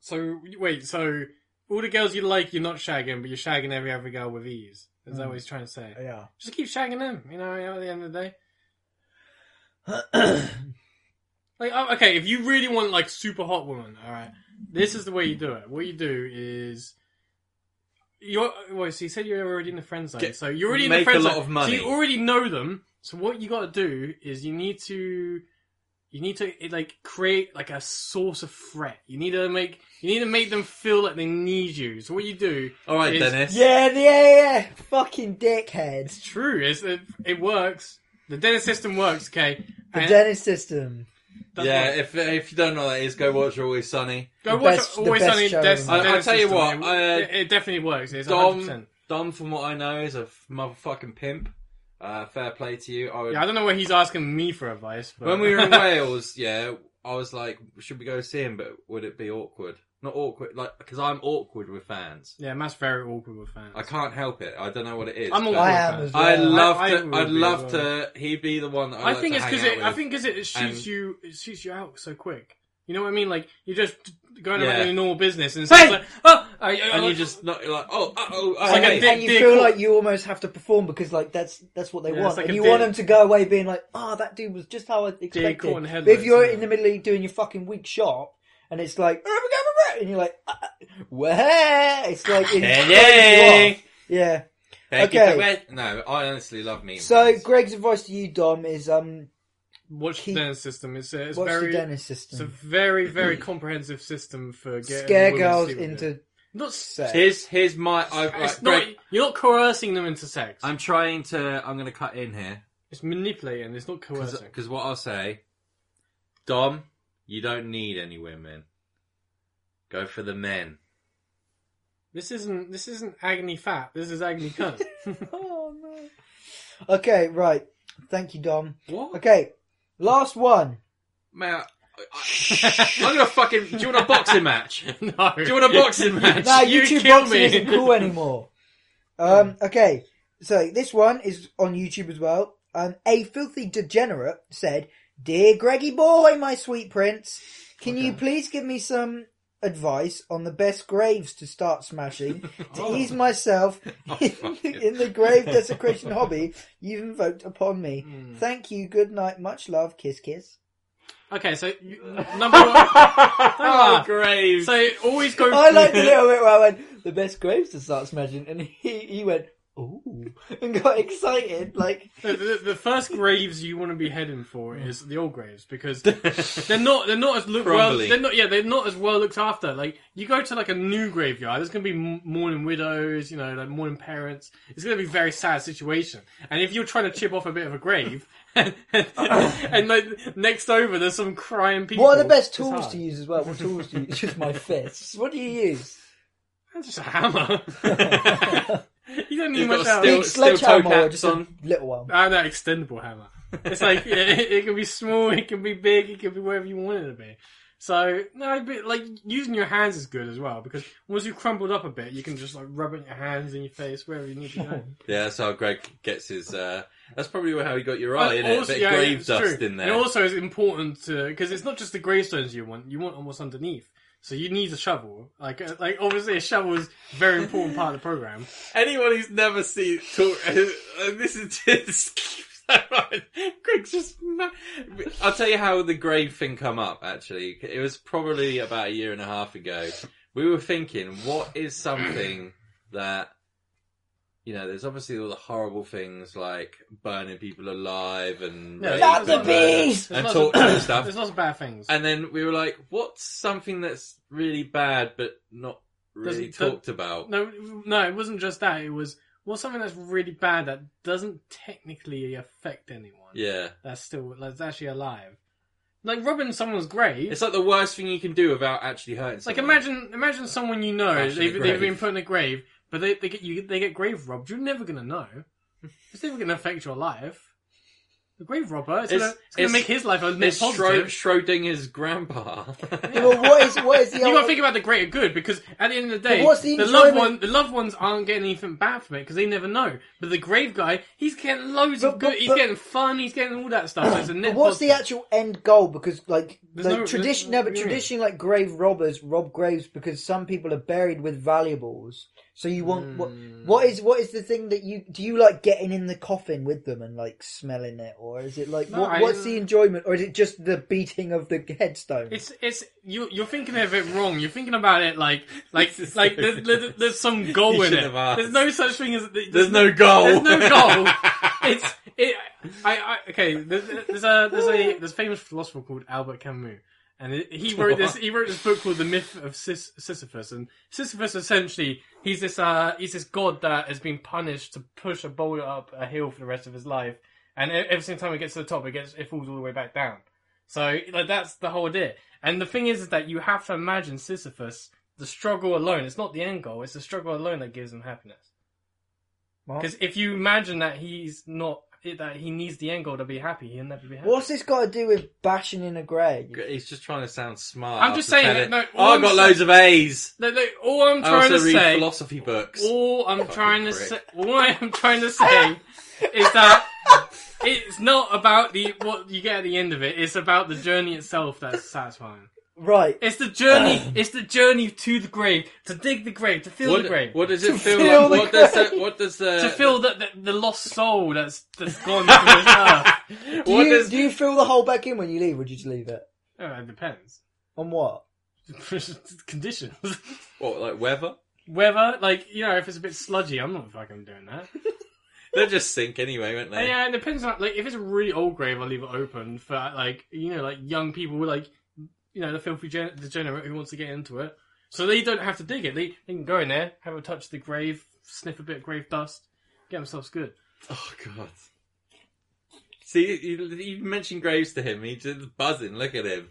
Speaker 2: So wait, so all the girls you like, you're not shagging, but you're shagging every other girl with ease. Is that what he's trying to say?
Speaker 4: Yeah.
Speaker 2: Just keep shagging them. You know, at the end of the day. Like, oh, okay, if you really want like super hot woman, all right, this is the way you do it. What you do is you're well. So you said you're already in the friend zone,
Speaker 3: Get-
Speaker 2: so you're already in the
Speaker 3: make
Speaker 2: friend
Speaker 3: a lot
Speaker 2: zone.
Speaker 3: of money.
Speaker 2: So you already know them. So what you got to do is you need to you need to like create like a source of threat. You need to make you need to make them feel like they need you. So what you do?
Speaker 3: All right,
Speaker 2: is-
Speaker 3: Dennis.
Speaker 4: yeah, yeah, yeah. Fucking dickhead.
Speaker 2: It's true. It's, it it works. The Dennis system works. Okay.
Speaker 4: The
Speaker 2: And
Speaker 4: Dennis system.
Speaker 2: that's
Speaker 3: yeah,
Speaker 2: what-
Speaker 3: if if you don't know what that is, go watch Always Sunny.
Speaker 2: Go
Speaker 4: The
Speaker 2: watch
Speaker 4: best- the
Speaker 2: Always
Speaker 4: best
Speaker 2: Sunny.
Speaker 4: show
Speaker 2: Dennis,
Speaker 4: ever.
Speaker 3: I- I'll
Speaker 2: Dennis
Speaker 3: tell you
Speaker 2: system.
Speaker 3: what,
Speaker 2: It,
Speaker 3: uh,
Speaker 2: it, it definitely works. It's 100%.
Speaker 3: Dom, Dom, from what I know, is a f- motherfucking pimp. Uh, fair play to you. I would,
Speaker 2: Yeah, I don't know why he's asking me for advice. But...
Speaker 3: when we were in Wales, yeah, I was like, should we go see him? But would it be awkward? Not awkward, like because I'm awkward with fans.
Speaker 2: yeah, Matt's very awkward with fans.
Speaker 3: I can't help it. I don't know what it is.
Speaker 2: I'm
Speaker 3: but
Speaker 2: awkward.
Speaker 4: I
Speaker 2: with
Speaker 4: am
Speaker 2: fans.
Speaker 4: as well.
Speaker 3: I love
Speaker 2: I- I
Speaker 3: to.
Speaker 2: would
Speaker 3: I'd
Speaker 2: be
Speaker 3: love
Speaker 2: as
Speaker 3: to. He'd be the one that I,
Speaker 2: I
Speaker 3: like
Speaker 2: think
Speaker 3: to
Speaker 2: it's
Speaker 3: hang
Speaker 2: because
Speaker 3: out
Speaker 2: it, I
Speaker 3: with.
Speaker 2: think 'cause it shoots
Speaker 3: and-
Speaker 2: you it shoots you out so quick. You know what I mean? Like you're just going
Speaker 3: Yeah.
Speaker 2: about your normal business, and it's
Speaker 4: Hey!
Speaker 2: like, oh, I, I,
Speaker 3: and you just not you're like oh uh, oh uh,
Speaker 2: like a
Speaker 3: hey.
Speaker 4: and,
Speaker 2: dick-
Speaker 4: and you
Speaker 2: dick
Speaker 4: feel
Speaker 2: walk.
Speaker 4: like you almost have to perform because like that's that's what they
Speaker 2: Yeah,
Speaker 4: want,
Speaker 2: it's like
Speaker 4: and
Speaker 2: a
Speaker 4: you want
Speaker 2: dick.
Speaker 4: them to go away being like, "Ah, that dude was just how I
Speaker 2: Dick
Speaker 4: expected."
Speaker 2: on
Speaker 4: But
Speaker 2: headlights,
Speaker 4: if you're
Speaker 2: yeah.
Speaker 4: in the middle of doing your fucking weak shop, and it's like, and you're like, "Ah, ah, "Well," it's like, it's
Speaker 3: Hey,
Speaker 4: throwing you
Speaker 3: hey.
Speaker 4: off. yeah.
Speaker 3: Thank you
Speaker 4: Okay.
Speaker 3: for wait- No, I honestly love memes.
Speaker 4: So Greg's advice to you, Dom, is um,
Speaker 2: watch the
Speaker 4: Keep-
Speaker 2: Dennis system. It's, a- it's
Speaker 4: what's
Speaker 2: very
Speaker 4: the dentist
Speaker 2: it's a
Speaker 4: system?
Speaker 2: very very comprehensive system for getting
Speaker 4: Scare
Speaker 2: women to
Speaker 4: girls
Speaker 2: sleep with you.
Speaker 4: into
Speaker 2: not
Speaker 4: sex.
Speaker 3: here's here's my. I, right,
Speaker 2: It's not,
Speaker 3: Greg,
Speaker 2: you're not coercing them into sex.
Speaker 3: I'm trying to. I'm going to cut in here
Speaker 2: it's manipulating. It's not coercing.
Speaker 3: because what I'll say, Dom, you don't need any women. Go for the men.
Speaker 2: This isn't this isn't agony fat. This is agony cunt.
Speaker 4: oh no. Okay, right. Thank you, Dom.
Speaker 3: What?
Speaker 4: Okay, last one.
Speaker 3: Man, I, am gonna fucking. Do you want a boxing match? Do
Speaker 2: no.
Speaker 3: you want a boxing match?
Speaker 4: No,
Speaker 2: You
Speaker 4: YouTube
Speaker 2: kill
Speaker 4: boxing
Speaker 2: me.
Speaker 4: isn't cool anymore. Um, okay, so this one is on YouTube as well. Um, a filthy degenerate said, "Dear Greggy boy, my sweet prince, can you please give me some advice on the best graves to start smashing to
Speaker 2: Oh.
Speaker 4: ease myself in,
Speaker 3: Oh, fuck
Speaker 4: the,
Speaker 3: it.
Speaker 4: in the grave desecration hobby you've invoked upon me?
Speaker 2: Hmm.
Speaker 4: Thank you. Good night. Much love. Kiss, kiss."
Speaker 2: Okay, so you, number one. Ah,
Speaker 3: Oh, graves.
Speaker 2: So always go.
Speaker 4: I liked the little bit where I went, the best graves to start smashing, and he, he went, ooh, and got excited, like,
Speaker 2: the, the, the first graves you want to be heading for
Speaker 3: Hmm.
Speaker 2: is the old graves because they're not they're not as look well
Speaker 3: Crumbly.
Speaker 2: they're not yeah they're not as well looked after. Like you go to like a new graveyard, there's gonna be m- mourning widows, you know, like mourning parents. It's gonna be a very sad situation. And if you're trying to chip off a bit of a grave, and, like next over there's some crying people.
Speaker 4: what are the best
Speaker 2: it's
Speaker 4: tools
Speaker 2: hard.
Speaker 4: to use as well? What tools do you use? Just my fists. What do you use?
Speaker 2: Just a hammer. you don't need
Speaker 3: You've
Speaker 2: much
Speaker 3: got a
Speaker 2: else.
Speaker 3: steel-
Speaker 4: Big sledgehammer
Speaker 3: toe
Speaker 4: or
Speaker 3: caps
Speaker 4: just a
Speaker 3: on.
Speaker 4: little one?
Speaker 2: Ah, that extendable hammer. It's like yeah, it, it can be small, it can be big, it can be wherever you want it to be. So no, but like using your hands is good as well because once you've crumbled up a bit, you can just like rub it in your hands in your face wherever you need to go.
Speaker 3: Yeah, that's how Greg gets his. Uh, that's probably how he got your eye in
Speaker 2: And
Speaker 3: it. A bit of grave
Speaker 2: it's
Speaker 3: dust
Speaker 2: true.
Speaker 3: in there.
Speaker 2: And also, it's important to because it's not just the gravestones you want; you want almost underneath. So you need a shovel. Like, uh, like obviously, a shovel is a very important part of the program.
Speaker 3: Anyone who's never seen talk, uh, this is just Greg's just. Ma- I'll tell you how the grave thing come up. Actually, it was probably about a year and a half ago. We were thinking, what is something that you know? There's obviously all the horrible things like burning people alive and
Speaker 2: Yeah,
Speaker 3: rape
Speaker 4: Not the
Speaker 3: and murder
Speaker 4: bees!
Speaker 2: There's
Speaker 3: and
Speaker 2: lots
Speaker 3: torture
Speaker 2: of-
Speaker 3: and stuff.
Speaker 2: There's lots of bad things.
Speaker 3: And then we were like, what's something that's really bad but not really
Speaker 2: Doesn't-
Speaker 3: talked about?
Speaker 2: No, no, it wasn't just that. It was well, something that's really bad that doesn't technically affect anyone.
Speaker 3: Yeah.
Speaker 2: that's still that's actually alive. Like robbing someone's grave.
Speaker 3: It's like the worst thing you can do without actually hurting
Speaker 2: It's like
Speaker 3: someone.
Speaker 2: imagine imagine someone you know
Speaker 3: Crashing a
Speaker 2: they've, they've been
Speaker 3: grave.
Speaker 2: put in a grave, but they, they get you they get grave robbed. You're never gonna know. It's never gonna affect your life. The grave robber, it's,
Speaker 3: It's-
Speaker 2: gonna, it's gonna
Speaker 3: it's-
Speaker 2: make his life a net
Speaker 3: It's Schro-
Speaker 2: positive.
Speaker 3: Schrodinger's grandpa.
Speaker 4: Yeah, but what is, what is the
Speaker 2: you gotta
Speaker 4: old,
Speaker 2: think about the greater good because at the end of the day,
Speaker 4: But what's the
Speaker 2: the, loved
Speaker 4: enjoyment-
Speaker 2: one, the loved ones aren't getting anything bad from it because they never know. But the grave guy, he's getting loads of
Speaker 4: But-
Speaker 2: good.
Speaker 4: but-
Speaker 2: he's
Speaker 4: but-
Speaker 2: getting fun. He's getting all that stuff. So it's a net
Speaker 4: but what's the
Speaker 2: positive.
Speaker 4: actual end goal? Because like,
Speaker 2: There's
Speaker 4: like
Speaker 2: no-
Speaker 4: tradition,
Speaker 2: there's-
Speaker 4: no, but
Speaker 2: what do you mean?
Speaker 4: traditionally like grave robbers rob graves because some people are buried with valuables. So you want what? What is what is the thing that you do? You like getting in the coffin with them and like smelling it, or is it like
Speaker 2: No,
Speaker 4: what,
Speaker 2: I-
Speaker 4: what's the enjoyment, or is it just the beating of the headstone?
Speaker 2: It's it's you you're thinking of it wrong. You're thinking about it like like like there's, there's, there's some goal
Speaker 3: You
Speaker 2: in
Speaker 3: shouldn't
Speaker 2: it.
Speaker 3: have asked.
Speaker 2: There's no such thing as
Speaker 3: There's no goal.
Speaker 2: There's no goal. it's it. I, I okay. There's, there's a there's a there's a famous philosopher called Albert Camus, and it- he wrote this he wrote this book called The Myth of Sys- Sisyphus, and Sisyphus essentially he's this uh he's this god that has been punished to push a boulder up a hill for the rest of his life, and e- every single time it gets to the top, it gets it falls all the way back down. So like that's the whole idea. And the thing is, is that you have to imagine Sisyphus. The struggle alone, it's not the end goal, it's the struggle alone that gives him happiness.
Speaker 4: Mark?
Speaker 2: Because if you imagine that he's not that he needs the end goal to be happy. He'll never be happy.
Speaker 4: What's this got to do with bashing in a grave?
Speaker 3: He's just trying to sound smart.
Speaker 2: I'm just
Speaker 3: after
Speaker 2: saying,
Speaker 3: telling-
Speaker 2: no,
Speaker 3: oh,
Speaker 2: all I'm
Speaker 3: I've got
Speaker 2: saying-
Speaker 3: loads of A's.
Speaker 2: No, no, all I'm
Speaker 3: I
Speaker 2: trying
Speaker 3: also
Speaker 2: to
Speaker 3: read
Speaker 2: say,
Speaker 3: philosophy books.
Speaker 2: all I'm
Speaker 3: Fucking
Speaker 2: trying to
Speaker 3: prick.
Speaker 2: say, all I am trying to say is that it's not about the what you get at the end of it. It's about the journey itself that's satisfying.
Speaker 4: Right.
Speaker 2: It's the journey. it's the journey to the grave, to dig the grave, to
Speaker 3: Um.
Speaker 2: fill
Speaker 3: What,
Speaker 2: the grave,
Speaker 3: what uh, does it feel
Speaker 4: fill
Speaker 3: like?
Speaker 4: the
Speaker 3: What does,
Speaker 4: grave.
Speaker 3: the, what does the
Speaker 2: to fill the, the the lost soul that's that's gone from this earth.
Speaker 4: Do
Speaker 3: What
Speaker 4: you,
Speaker 3: does-
Speaker 4: do you fill the hole back in when you leave, or would you just leave it?
Speaker 2: Oh, it depends.
Speaker 4: On what?
Speaker 2: Conditions.
Speaker 3: what like weather?
Speaker 2: Weather, like you know, if it's a bit sludgy, I'm not fucking doing that.
Speaker 3: They'll just sink anyway, won't
Speaker 2: Uh,
Speaker 3: they?
Speaker 2: Yeah, it depends on like if it's a really old grave, I'll leave it open for like you know like young people with like you know the filthy gen- degenerate who wants to get into it, so they don't have to dig it. They they can go in there, have a touch of the grave, sniff a bit of grave dust, get themselves good.
Speaker 3: Oh god. See, you, you mentioned graves to him. He's just buzzing. Look at him.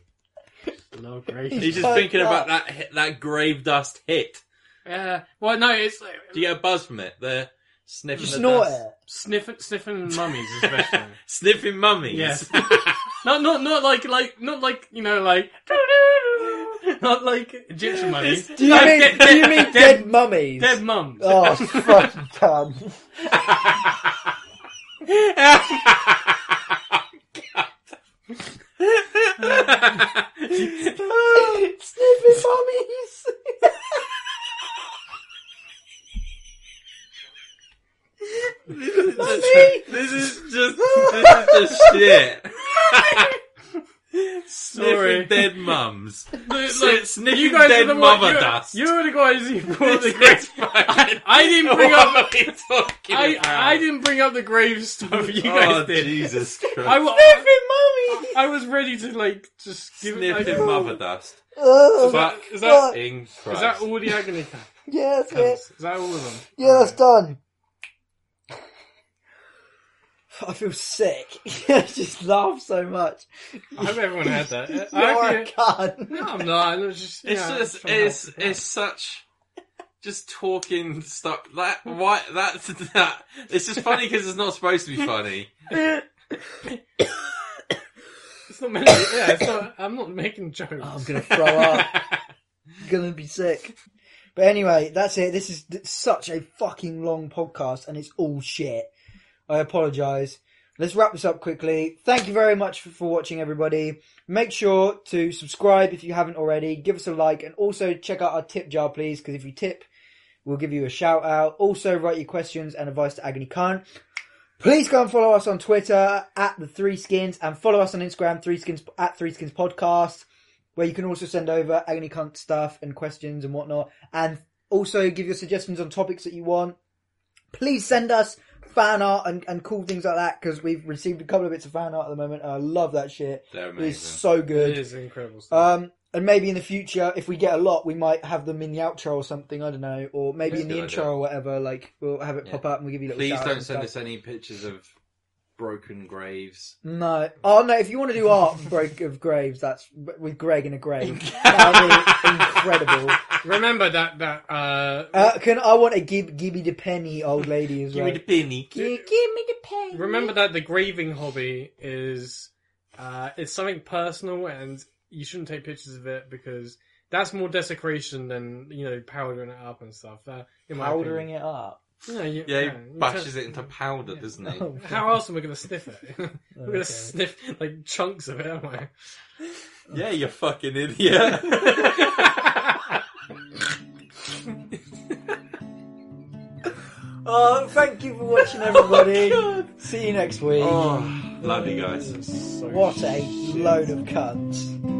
Speaker 2: Hello, grave.
Speaker 3: He's just
Speaker 4: Fuck
Speaker 3: thinking
Speaker 4: that.
Speaker 3: about that hit, that grave dust hit.
Speaker 2: Yeah. Well, no, it's like,
Speaker 3: Do you get a buzz from it? The sniffing, the
Speaker 4: Snort
Speaker 3: dust.
Speaker 4: it.
Speaker 2: sniffing sniffing mummies especially.
Speaker 3: sniffing mummies.
Speaker 2: Yes. not not not like like not like you know like not like Egyptian mummies.
Speaker 4: Do you
Speaker 2: No,
Speaker 4: mean,
Speaker 2: dead-
Speaker 4: do you
Speaker 2: dead-
Speaker 4: mean dead,
Speaker 2: dead
Speaker 4: mummies?
Speaker 2: dead mums?
Speaker 4: oh, fuck, cunt. Sniffing mummies!
Speaker 3: this is just this is just shit.
Speaker 2: Sorry.
Speaker 3: Sniffing dead mums.
Speaker 2: Like,
Speaker 3: Sn- sniffing
Speaker 2: you guys
Speaker 3: dead
Speaker 2: are the one-
Speaker 3: mother
Speaker 2: you-
Speaker 3: dust.
Speaker 2: You were the guys who brought the
Speaker 3: This
Speaker 2: grave.
Speaker 3: is fucking-
Speaker 2: I didn't bring
Speaker 3: What
Speaker 2: up.
Speaker 3: are we talking
Speaker 2: I,
Speaker 3: about?
Speaker 2: I didn't bring up the grave stuff. You guys
Speaker 3: oh,
Speaker 2: did.
Speaker 3: Jesus Christ.
Speaker 2: I, wa-
Speaker 4: Sniffing mummies!
Speaker 2: I was ready to like just give it. Like,
Speaker 3: Sniffing mother dust.
Speaker 4: Oh,
Speaker 3: Fuck.
Speaker 2: is that-
Speaker 3: in Christ.
Speaker 2: Is that all the agony comes?
Speaker 4: yeah, that's it.
Speaker 2: Is that all of them?
Speaker 4: Yeah, that's done. I feel sick. I just laugh so much.
Speaker 2: I hope everyone had that.
Speaker 4: You're
Speaker 2: I hope
Speaker 4: a
Speaker 2: you-
Speaker 4: cunt.
Speaker 2: no, I'm not. I'm just. you
Speaker 3: It's
Speaker 2: know,
Speaker 3: just
Speaker 2: I'm
Speaker 3: it's
Speaker 2: helping out.
Speaker 3: it's such just talking stuff. That why that's that. It's just funny because it's not supposed to be funny.
Speaker 2: It's not meant. To, yeah, it's not, I'm not making jokes.
Speaker 4: I'm gonna throw up. gonna be sick. But anyway, that's it. This is th- such a fucking long podcast, and it's all shit. I apologise. Let's wrap this up quickly. Thank you very much for, for watching, everybody. Make sure to subscribe if you haven't already. Give us a like, and also check out our tip jar, please, because if you tip, we'll give you a shout out. Also, write your questions and advice to Agony Khan. Please go and follow us on Twitter at the Three Skins, and follow us on Instagram Three Skins at Three Skins Podcast where you can also send over agony cunt stuff and questions and whatnot, and also give your suggestions on topics that you want. Please send us fan art and, and cool things like that because we've received a couple of bits of fan art at the moment. and I love that shit.
Speaker 3: They're
Speaker 4: It's
Speaker 3: amazing.
Speaker 4: so
Speaker 2: It
Speaker 4: good.
Speaker 2: is incredible. Stuff.
Speaker 4: Um, and maybe in the future, if we get a lot, we might have them in the outro or something. I don't know, or maybe
Speaker 3: Yeah,
Speaker 4: in the
Speaker 3: good
Speaker 4: intro
Speaker 3: idea.
Speaker 4: or whatever. Like we'll have it
Speaker 3: Yeah.
Speaker 4: pop up and we will give you little.
Speaker 3: Please
Speaker 4: shout-outs
Speaker 3: don't
Speaker 4: and
Speaker 3: send
Speaker 4: stuff.
Speaker 3: us any pictures of broken graves.
Speaker 4: No. Oh no! If you want to do art break of graves, that's with Greg in a grave. That would be incredible.
Speaker 2: Remember that that uh,
Speaker 4: Uh, can I want a gib, gibby de penny old lady as well?
Speaker 3: penny.
Speaker 4: Gi- give me the penny.
Speaker 2: remember that the grieving hobby is uh, it's something personal and you shouldn't take pictures of it because that's more desecration than you know powdering it up and stuff. Uh, in my
Speaker 4: powdering it up.
Speaker 2: opinion. you,
Speaker 3: Yeah, he
Speaker 2: yeah, you
Speaker 3: bashes
Speaker 2: turn-
Speaker 3: it into powder,
Speaker 2: Yeah.
Speaker 3: doesn't he?
Speaker 4: Oh,
Speaker 2: How else am I going to sniff it? We're going
Speaker 4: okay.
Speaker 2: to sniff like chunks of it, am I?
Speaker 3: Yeah, you fucking idiot.
Speaker 4: Oh, thank you for watching, everybody. See you next week.
Speaker 3: oh, love you guys.
Speaker 4: what a load of cunts.